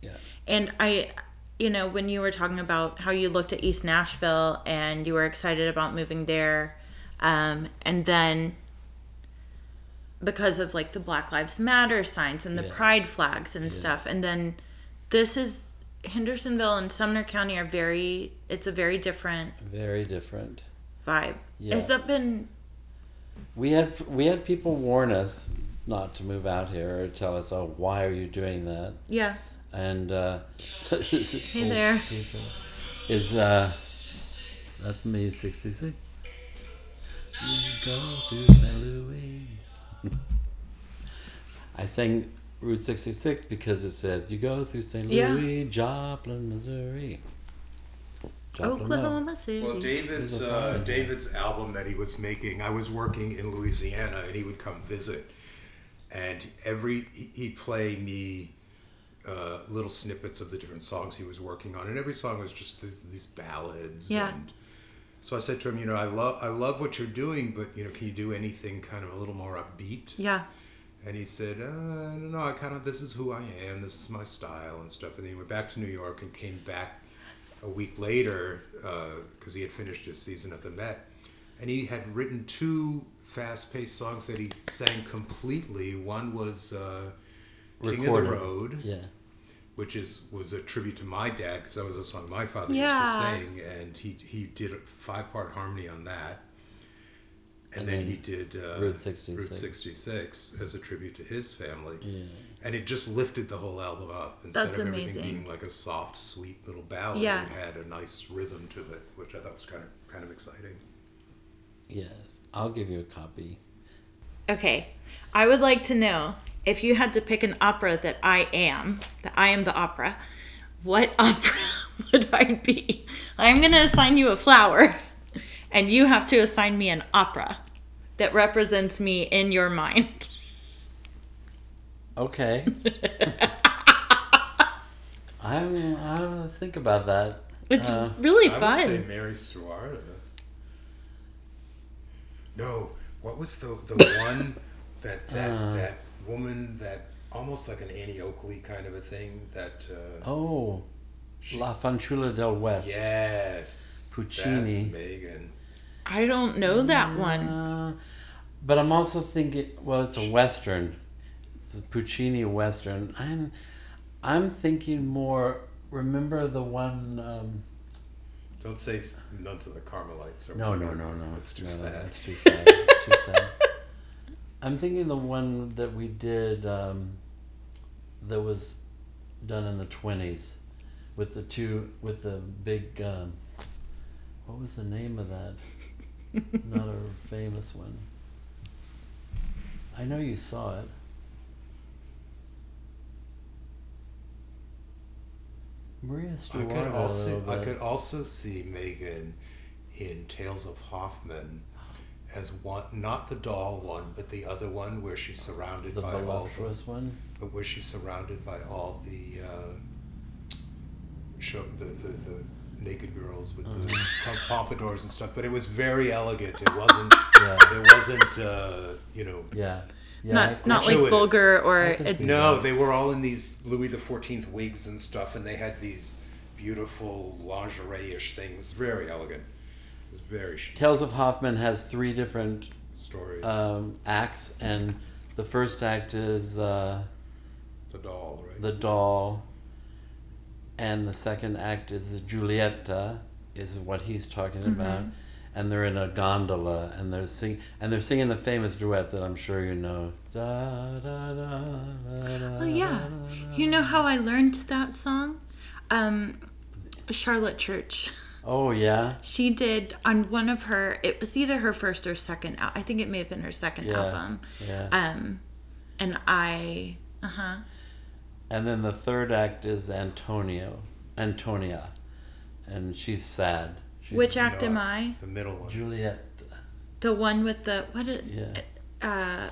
Speaker 2: Yeah.
Speaker 1: And I, you know, when you were talking about how you looked at East Nashville and you were excited about moving there, um, and then because of like the Black Lives Matter signs and the
Speaker 2: Yeah.
Speaker 1: pride flags and stuff, and then this is Hendersonville and Sumner County are very, it's a very different
Speaker 2: Very different.
Speaker 1: vibe.
Speaker 2: Yeah.
Speaker 1: Has that been,
Speaker 2: We had we had people warn us not to move out here or tell us, "Oh, why are you doing that?"
Speaker 1: yeah,
Speaker 2: and uh, (laughs) hey
Speaker 1: there.
Speaker 2: is uh, that's me sixty six. Go through San Luis. (laughs) I sang Route sixty six because it says you go through St.
Speaker 1: Yeah.
Speaker 2: Louis, Joplin, Missouri. Joplin, no.
Speaker 1: Oh, Oklahoma City?
Speaker 3: Well, David's
Speaker 2: He's a
Speaker 3: uh,
Speaker 2: vibe.
Speaker 3: David's album that he was making. I was working in Louisiana, and he would come visit, and every he- he'd play me uh, little snippets of the different songs he was working on, and every song was just these, these ballads.
Speaker 1: Yeah.
Speaker 3: And so I said to him, you know, I love I love what you're doing, but you know, can you do anything kind of a little more upbeat?
Speaker 1: yeah,
Speaker 3: And he said, uh, no, I kind of, this is who I am, this is my style and stuff. And then he went back to New York and came back a week later because he had finished his season at the Met. And he had written two fast paced songs that he sang completely. One was uh, King of
Speaker 2: Recorded.
Speaker 3: the Road,
Speaker 2: Yeah,
Speaker 3: which is was a tribute to my dad because that was a song my father
Speaker 1: Yeah.
Speaker 3: used to sing. And he, he did a five part harmony on that. And, then, he did uh,
Speaker 2: Route 66.
Speaker 3: Route 66 as a tribute to his family
Speaker 2: yeah.
Speaker 3: and it just lifted the whole album up instead
Speaker 1: That's
Speaker 3: of
Speaker 1: amazing.
Speaker 3: everything being like a soft, sweet little ballad.
Speaker 1: Yeah.
Speaker 3: It had a nice rhythm to it, which I thought was kind of kind of exciting.
Speaker 2: Yes, I'll give you a copy.
Speaker 1: Okay. I would like to know if you had to pick an opera that I am, that I am the opera, what (laughs) opera would I be? I'm going to assign you a flower, (laughs) and you have to assign me an opera that represents me in your mind. (laughs)
Speaker 2: (laughs) Okay. I'm, I'm gonna think about that.
Speaker 1: It's
Speaker 2: Uh,
Speaker 1: really
Speaker 3: I would say
Speaker 1: fun.
Speaker 3: Mary Suarda. No, what was the the
Speaker 2: (laughs)
Speaker 3: one that that
Speaker 2: Uh.
Speaker 3: that woman that almost like an Annie Oakley kind of a thing that uh,
Speaker 2: Oh, La Fanciulla del West.
Speaker 3: yes
Speaker 2: Oh, Puccini.
Speaker 3: that's Megan
Speaker 1: I don't know that one.
Speaker 2: Uh, but I'm also thinking. Well, it's a western. It's a Puccini western. I'm, I'm thinking more. Remember the one? Um,
Speaker 3: don't say s- nuns of the Carmelites or
Speaker 2: no, no,
Speaker 3: whatever.
Speaker 2: no, no.
Speaker 3: it's too
Speaker 2: no, no,
Speaker 3: sad
Speaker 2: That's too sad. It's too sad. (laughs) I'm thinking the one that we did. Um, that was done in the twenties, with the two with the big. Um, what was the name of (laughs) that? Not a famous one. I know you saw it. Maria
Speaker 3: I
Speaker 2: Stewart.
Speaker 3: could also I could also see Megan in Tales of Hoffman as one, not the doll one, but the other one where she's surrounded
Speaker 2: The
Speaker 3: by all the,
Speaker 2: voluptuous one.
Speaker 3: but where she's surrounded by all the uh, show the, the the naked girls with the (laughs) pom- pompadours and stuff. But it was very elegant. It wasn't.
Speaker 2: (laughs) Yeah.
Speaker 3: It wasn't. Uh, you know.
Speaker 2: Yeah. Yeah. I
Speaker 1: not
Speaker 2: agree.
Speaker 1: not like
Speaker 3: gratuitous.
Speaker 1: vulgar or
Speaker 2: I can see
Speaker 1: it's
Speaker 3: No, they were all in these Louis the Fourteenth wigs and stuff, and they had these beautiful lingerie-ish things. Very elegant. It was very sh-
Speaker 2: Tales of Hoffman has three different
Speaker 3: stories.
Speaker 2: um, acts, and the first act is uh,
Speaker 3: the doll, right?
Speaker 2: the doll, and the second act is Giulietta, is what he's talking
Speaker 1: Mm-hmm.
Speaker 2: about, and they're in a gondola, and they're sing and they're singing the famous duet that I'm sure you know. Da, da, da, da, da,
Speaker 1: Oh yeah. You know how I learned that song? Um Charlotte Church.
Speaker 2: Oh yeah.
Speaker 1: She did on one of her it was either her first or second al- I think it may have been her second
Speaker 2: Yeah.
Speaker 1: album.
Speaker 2: Yeah.
Speaker 1: Um and I uh-huh.
Speaker 2: And then the third act is Antonio, Antonia, and she's sad. She's
Speaker 1: Which
Speaker 3: No,
Speaker 1: act am I?
Speaker 3: The middle one.
Speaker 2: Juliet.
Speaker 1: The one with the what it
Speaker 2: Yeah.
Speaker 1: uh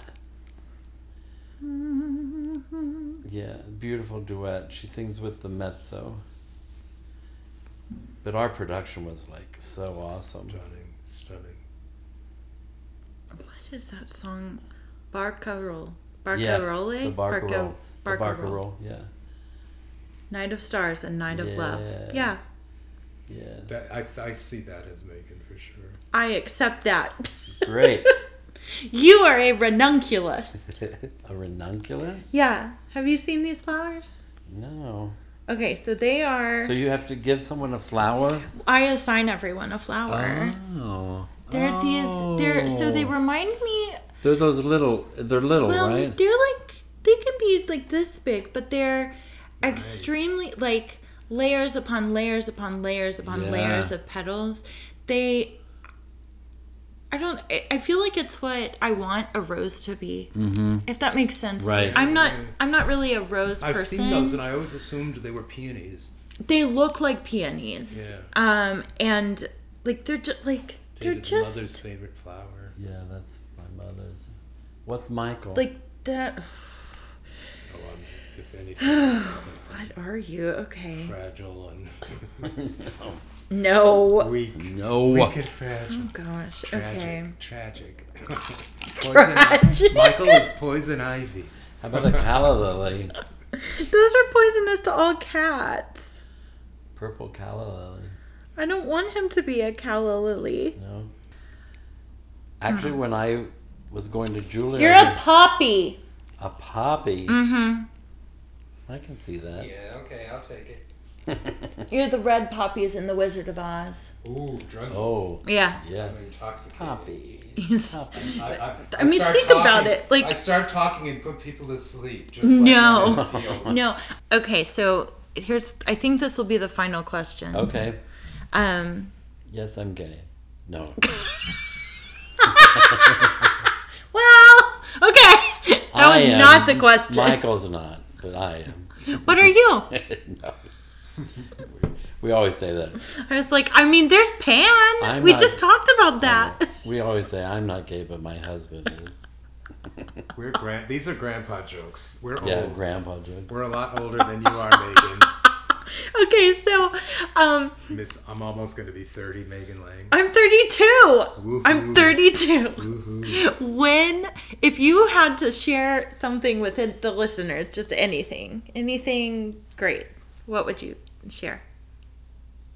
Speaker 2: Yeah, beautiful duet. She sings with the mezzo. But our production was like so awesome.
Speaker 3: Stunning, stunning.
Speaker 1: what is that song? Barcarolle.
Speaker 2: Yes,
Speaker 1: Barcarolle?
Speaker 2: the barcarolle. The
Speaker 1: Barca- Barcarolle.
Speaker 2: barcarolle, yeah.
Speaker 1: Night of Stars and Night of Love. Yeah.
Speaker 2: Yes. Yes.
Speaker 3: That, I, I see that as Megan for sure.
Speaker 1: I accept that.
Speaker 2: Great.
Speaker 1: (laughs) You are a ranunculus.
Speaker 2: (laughs) A ranunculus?
Speaker 1: Yeah. Have you seen these flowers?
Speaker 2: No.
Speaker 1: Okay, so they are.
Speaker 2: So you have to give someone a flower?
Speaker 1: I assign everyone a flower.
Speaker 2: Oh.
Speaker 1: They're these. They're so they
Speaker 2: Oh.
Speaker 1: remind me.
Speaker 2: They're those little. They're little,
Speaker 1: Well,
Speaker 2: right?
Speaker 1: they're like they can be like this big, but they're extremely like layers upon layers upon layers upon
Speaker 2: Yeah.
Speaker 1: layers of petals. They. I don't. I- I feel like it's what I want a rose to be, mm-hmm. if that makes sense.
Speaker 2: Right.
Speaker 1: I'm not. I'm not really a rose
Speaker 3: I've
Speaker 1: person.
Speaker 3: seen those, and I always assumed they were peonies.
Speaker 1: they look like peonies.
Speaker 3: Yeah.
Speaker 1: Um, and like they're just like they're
Speaker 3: David
Speaker 1: just
Speaker 3: mother's favorite flower.
Speaker 2: Yeah, that's my mother's. What's Michael? (laughs)
Speaker 1: like that.
Speaker 3: Oh, I'm, if anything,
Speaker 1: (sighs)
Speaker 3: it's something
Speaker 1: What are you? Okay.
Speaker 3: fragile
Speaker 2: (laughs)
Speaker 3: and
Speaker 1: No.
Speaker 3: weak.
Speaker 2: no.
Speaker 3: Weak and fragile.
Speaker 1: Oh, Gosh.
Speaker 3: Tragic.
Speaker 1: Okay.
Speaker 3: Tragic.
Speaker 1: (laughs)
Speaker 3: Poison ivy.
Speaker 1: Tragic.
Speaker 3: Michael is poison ivy.
Speaker 2: How about a calla lily?
Speaker 1: Those are poisonous to all cats.
Speaker 2: Purple calla lily.
Speaker 1: I don't want him to be a calla lily.
Speaker 2: No. Actually, when I was going to Juilliard,
Speaker 1: Mm. You're a poppy.
Speaker 2: a poppy.
Speaker 1: Mm-hmm.
Speaker 2: I can see that.
Speaker 3: okay, I'll take it.
Speaker 1: You're the red poppies in the Wizard of Oz.
Speaker 3: Ooh,
Speaker 2: (laughs)
Speaker 3: drugs.
Speaker 2: Oh,
Speaker 1: Yeah.
Speaker 2: yes.
Speaker 3: intoxicated.
Speaker 2: Poppy.
Speaker 1: (laughs) He's-
Speaker 2: Poppy.
Speaker 3: I, I,
Speaker 1: I mean,
Speaker 3: start
Speaker 1: think about it, like-
Speaker 3: I start talking and put people to sleep. Just
Speaker 1: No.
Speaker 3: Like I
Speaker 2: (laughs)
Speaker 3: feel.
Speaker 1: no. Okay. So here's. I think this will be the final question.
Speaker 2: Okay. (laughs)
Speaker 1: Um.
Speaker 2: Yes, I'm gay. No.
Speaker 1: Well, okay. That
Speaker 2: I
Speaker 1: was
Speaker 2: am.
Speaker 1: not the question.
Speaker 2: Michael's not, but I am.
Speaker 1: (laughs)
Speaker 2: (laughs)
Speaker 1: What are you?
Speaker 2: no. We always say that.
Speaker 1: I was like, I mean, there's Pan.
Speaker 2: I'm
Speaker 1: we
Speaker 2: not-
Speaker 1: just talked about that.
Speaker 2: We always say I'm not gay, but my husband is.
Speaker 3: We're grand. These are grandpa jokes. We're
Speaker 2: Yeah,
Speaker 3: old.
Speaker 2: grandpa joke.
Speaker 3: We're a lot older than you are, Megan.
Speaker 1: (laughs) okay, so um,
Speaker 3: Miss, I'm almost going to be 30, Megan Lang.
Speaker 1: I'm 32. I'm
Speaker 2: Mm.
Speaker 3: Woohoo.
Speaker 1: 32.
Speaker 3: Woohoo.
Speaker 1: When, if you had to share something with it- the listeners, just anything, anything great, what would you share?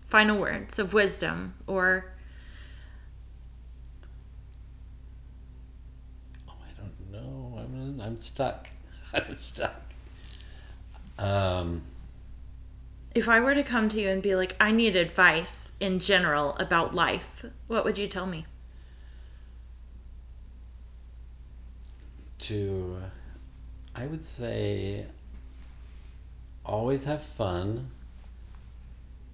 Speaker 1: Final words of wisdom or
Speaker 2: Oh, I don't know. I'm I'm stuck. (laughs) I'm stuck. Um.
Speaker 1: if I were to come to you and be like, I need advice in general about life, what would you tell me?
Speaker 2: to i would say always have fun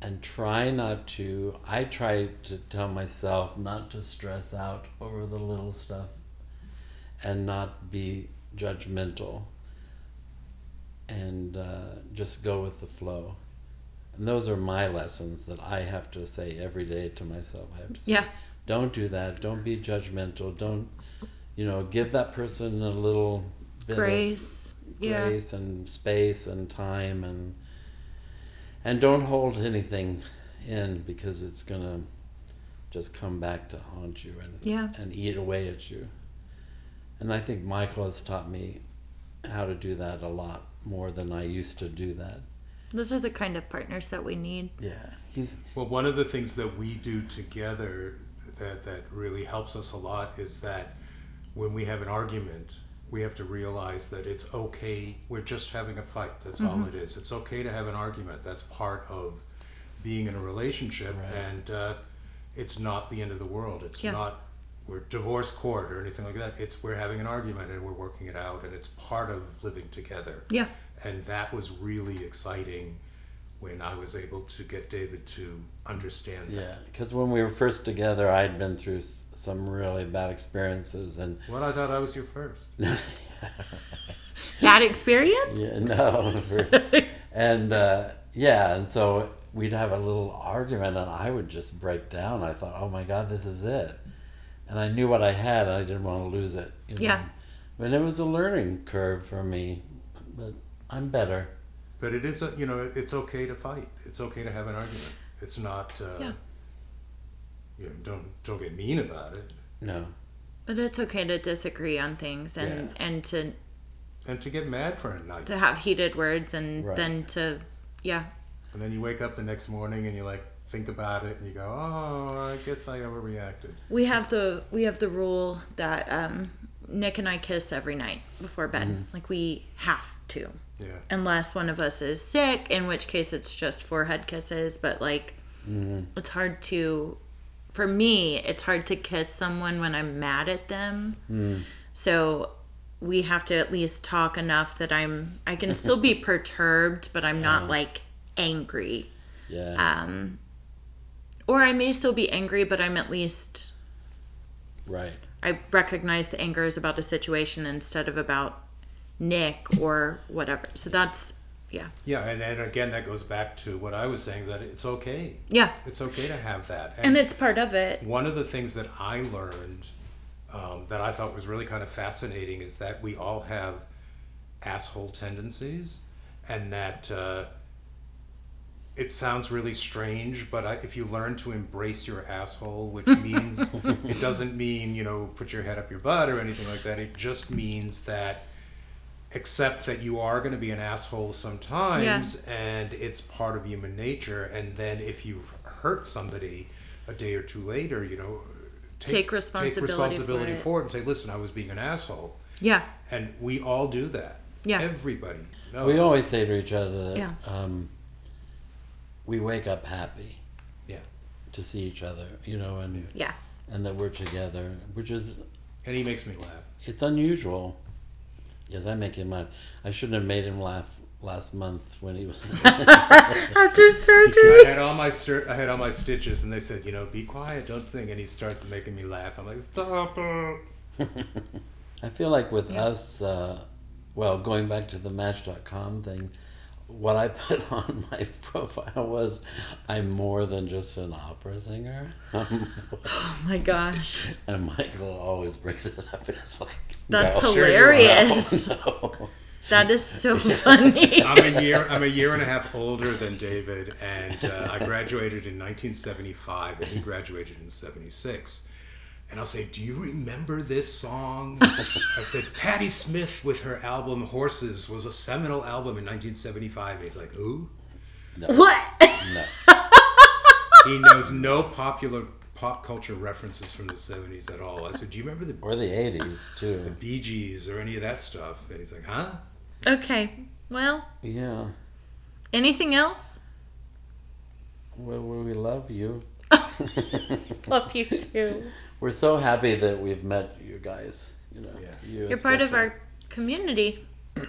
Speaker 2: and try not to i try to tell myself not to stress out over the little stuff and not be judgmental and uh, just go with the flow And those are my lessons that I have to say every day to myself. I have to say,
Speaker 1: Yeah.
Speaker 2: don't do that. Don't be judgmental. Don't, you know, give that person a little bit of
Speaker 1: Grace. Yeah.
Speaker 2: grace and space and time and and don't hold anything in because it's gonna just come back to haunt you and
Speaker 1: Yeah.
Speaker 2: and eat away at you. And I think Michael has taught me how to do that a lot more than I used to do that.
Speaker 1: Those are the kind of partners that we need.
Speaker 2: Yeah. He's
Speaker 3: Well, one of the things that we do together that, that really helps us a lot is that when we have an argument, we have to realize that it's okay. We're just having a fight. That's all
Speaker 1: Mm-hmm.
Speaker 3: it is. It's okay to have an argument. That's part of being in a relationship,
Speaker 2: Right.
Speaker 3: and uh, it's not the end of the world. It's
Speaker 1: Yeah.
Speaker 3: not we're divorce court or anything like that. It's we're having an argument and we're working it out, and it's part of living together
Speaker 1: Yeah.
Speaker 3: and that was really exciting when I was able to get David to understand that.
Speaker 2: yeah. Because when we were first together, I'd been through s- some really bad experiences and
Speaker 3: Well, I thought I was your first.
Speaker 1: (laughs) Bad experience?
Speaker 2: Yeah, (laughs) no. and uh, yeah, and so we'd have a little argument, and I would just break down. I thought, oh my God, this is it. And I knew what I had, and I didn't want to lose it. you know.
Speaker 1: Yeah.
Speaker 2: And it was a learning curve for me, but I'm better.
Speaker 3: But it is, a, you know, it's okay to fight. It's okay to have an argument. It's not, uh,
Speaker 1: Yeah.
Speaker 3: you know, don't don't get mean about it.
Speaker 2: No.
Speaker 1: But it's okay to disagree on things and and to
Speaker 3: And to get mad for a night,
Speaker 1: to have heated words and
Speaker 2: Right.
Speaker 1: then to yeah.
Speaker 3: and then you wake up the next morning and you like think about it and you go, oh, I guess I overreacted.
Speaker 1: We have the we have the rule that um Nick and I kiss every night before bed. Like we have to.
Speaker 3: Yeah.
Speaker 1: Unless one of us is sick, in which case it's just forehead kisses, but like it's hard to for me, it's hard to kiss someone when I'm mad at them. So we have to at least talk enough that I'm I can still be perturbed, but I'm not like angry.
Speaker 2: Yeah.
Speaker 1: Um or I may still be angry, but I'm at least
Speaker 2: right.
Speaker 1: I recognize the anger is about a situation instead of about Nick or whatever. So that's yeah.
Speaker 3: Yeah, and, and again, that goes back to what I was saying that it's okay.
Speaker 1: Yeah.
Speaker 3: It's okay to have that.
Speaker 1: And it's part of it.
Speaker 3: One of the things that I learned um, that I thought was really kind of fascinating is that we all have asshole tendencies, and that uh, it sounds really strange, but I, if you learn to embrace your asshole, which means it doesn't mean, you know, put your head up your butt or anything like that, it just means that accept that you are going to be an asshole sometimes and it's part of human nature and then if you hurt somebody a day or two later you know
Speaker 1: Take responsibility for
Speaker 3: responsibility
Speaker 1: it.
Speaker 3: for it and say listen i was being an asshole
Speaker 1: Yeah.
Speaker 3: and we all do that
Speaker 1: Yeah.
Speaker 3: everybody no.
Speaker 2: We always say to each other that
Speaker 1: Yeah.
Speaker 2: um, we wake up happy
Speaker 3: yeah
Speaker 2: to see each other, you know, and,
Speaker 1: Yeah. (laughs)
Speaker 2: and that we're together, which is
Speaker 3: and he makes me laugh
Speaker 2: It's unusual. Yes, I make him laugh. I shouldn't have made him laugh last month when he was. (laughs)
Speaker 1: After
Speaker 3: I (laughs)
Speaker 1: surgery.
Speaker 3: had all my stir- I had all my stitches, and they said, you know, be quiet, don't think. And he starts making me laugh. I'm like, stop it.
Speaker 2: I feel like with us, uh, well, going back to the Match.com thing, what I (laughs) put on my profile was I'm more than just an opera singer.
Speaker 1: Oh my gosh.
Speaker 2: (laughs) and Michael always brings it up. And it's like,
Speaker 1: That's
Speaker 2: no,
Speaker 3: sure you are.
Speaker 1: hilarious.
Speaker 2: no.
Speaker 1: That is so funny.
Speaker 3: I'm a year I'm a year and a half older than David, and uh, I graduated in 1975, and he graduated in 76. And I'll say, do you remember this song? I said, Patti Smith with her album Horses was a seminal album in 1975. He's like, ooh.
Speaker 1: (laughs) what?
Speaker 2: (laughs) no.
Speaker 3: He knows no popular pop culture references from the 70s at all. I said, do you remember the
Speaker 2: Or the 80s, too.
Speaker 3: Bee Gees or any of that stuff? And he's like, huh?
Speaker 1: Okay. Well,
Speaker 2: Yeah.
Speaker 1: anything else?
Speaker 2: Well, we love you.
Speaker 1: (laughs)
Speaker 4: (laughs)
Speaker 1: Love you too.
Speaker 2: We're so happy that we've met you guys. You know,
Speaker 3: Yeah.
Speaker 2: you
Speaker 1: You're part of
Speaker 2: especially.
Speaker 1: our community.
Speaker 3: Yeah,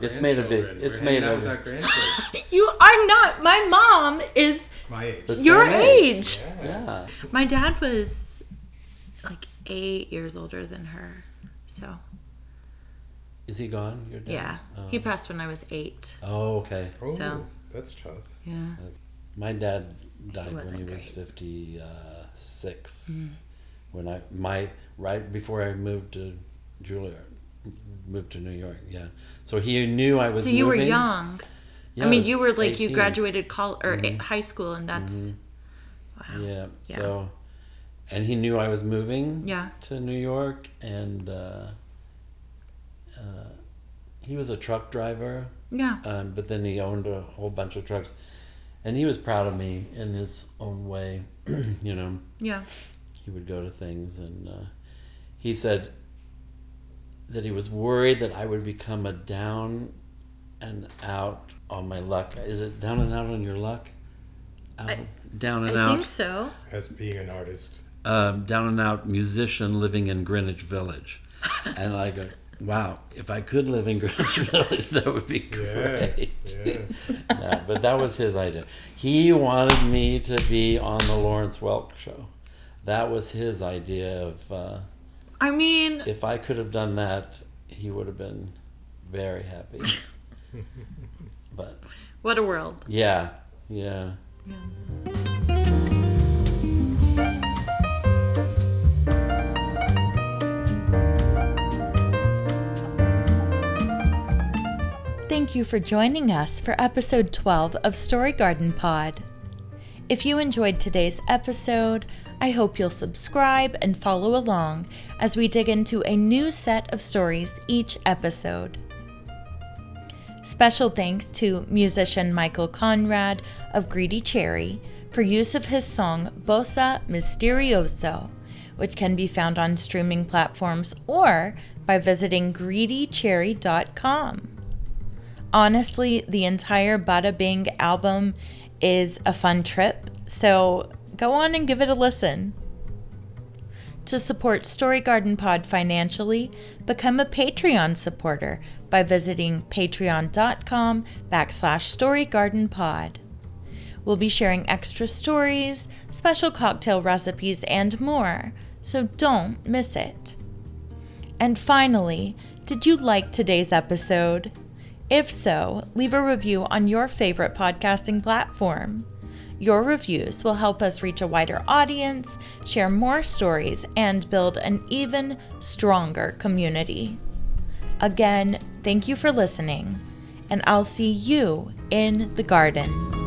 Speaker 2: It's made a big- it's made a-
Speaker 3: Our grandchildren.
Speaker 1: You are not. My mom is
Speaker 3: My age.
Speaker 2: The
Speaker 1: your
Speaker 2: same
Speaker 1: age.
Speaker 2: Yeah,
Speaker 1: My dad was like eight years older than her. So,
Speaker 2: is he gone? Your dad?
Speaker 1: yeah.
Speaker 2: Oh.
Speaker 1: He passed when I was eight.
Speaker 2: Oh, okay.
Speaker 3: Oh,
Speaker 1: So-
Speaker 3: That's tough.
Speaker 4: Yeah.
Speaker 2: My dad died
Speaker 4: He
Speaker 2: when he
Speaker 4: wasn't
Speaker 2: was
Speaker 4: great. Mm.
Speaker 2: fifty six. When I my right before I moved to Juilliard, moved to New York. Yeah, so he knew I was.
Speaker 4: So you were
Speaker 2: moving.
Speaker 4: young.
Speaker 2: Yeah,
Speaker 4: I mean,
Speaker 2: was Mm-hmm.
Speaker 4: you were like you
Speaker 2: 18.
Speaker 4: graduated col or high school, and that's wow.
Speaker 2: Yeah,
Speaker 4: Yeah.
Speaker 2: So, and he knew I was moving.
Speaker 4: Yeah.
Speaker 2: To New York, and uh, uh, he was a truck driver.
Speaker 4: Yeah.
Speaker 2: um, but then he owned a whole bunch of trucks and he was proud of me in his own way (clears throat) you know
Speaker 4: Yeah.
Speaker 2: he would go to things and uh, he said that he was worried that i would become a down and out on my luck is it down and out on your luck out,
Speaker 4: I-
Speaker 2: down and
Speaker 4: I
Speaker 2: out
Speaker 4: think so.
Speaker 3: As being an artist.
Speaker 2: um, down and out musician living in Greenwich Village. And I go, wow, if I could live in (laughs) Greenwich Village, that would be
Speaker 3: Yeah,
Speaker 2: great.
Speaker 3: yeah.
Speaker 2: No, but that was his idea. He wanted me to be on the Lawrence Welk show. That was his idea of uh,
Speaker 4: I mean,
Speaker 2: if I could have done that, he would have been very happy. but
Speaker 4: what a world.
Speaker 2: yeah, yeah.
Speaker 4: Yeah.
Speaker 1: Thank you for joining us for episode 12 of Story Garden Pod. If you enjoyed today's episode, I hope you'll subscribe and follow along as we dig into a new set of stories each episode. Special thanks to musician Michael Conrad of Greedy Cherry for use of his song Bossa Misterioso, which can be found on streaming platforms or by visiting greedycherry.com. Honestly, the entire Bada Bing album is a fun trip, so go on and give it a listen. To support Story Garden Pod financially, become a Patreon supporter by visiting patreon.com backslash storygardenpod. We'll be sharing extra stories, special cocktail recipes, and more, so don't miss it. And finally, did you like today's episode? If so, leave a review on your favorite podcasting platform. Your reviews will help us reach a wider audience, share more stories, and build an even stronger community. Again, thank you for listening, and I'll see you in the garden.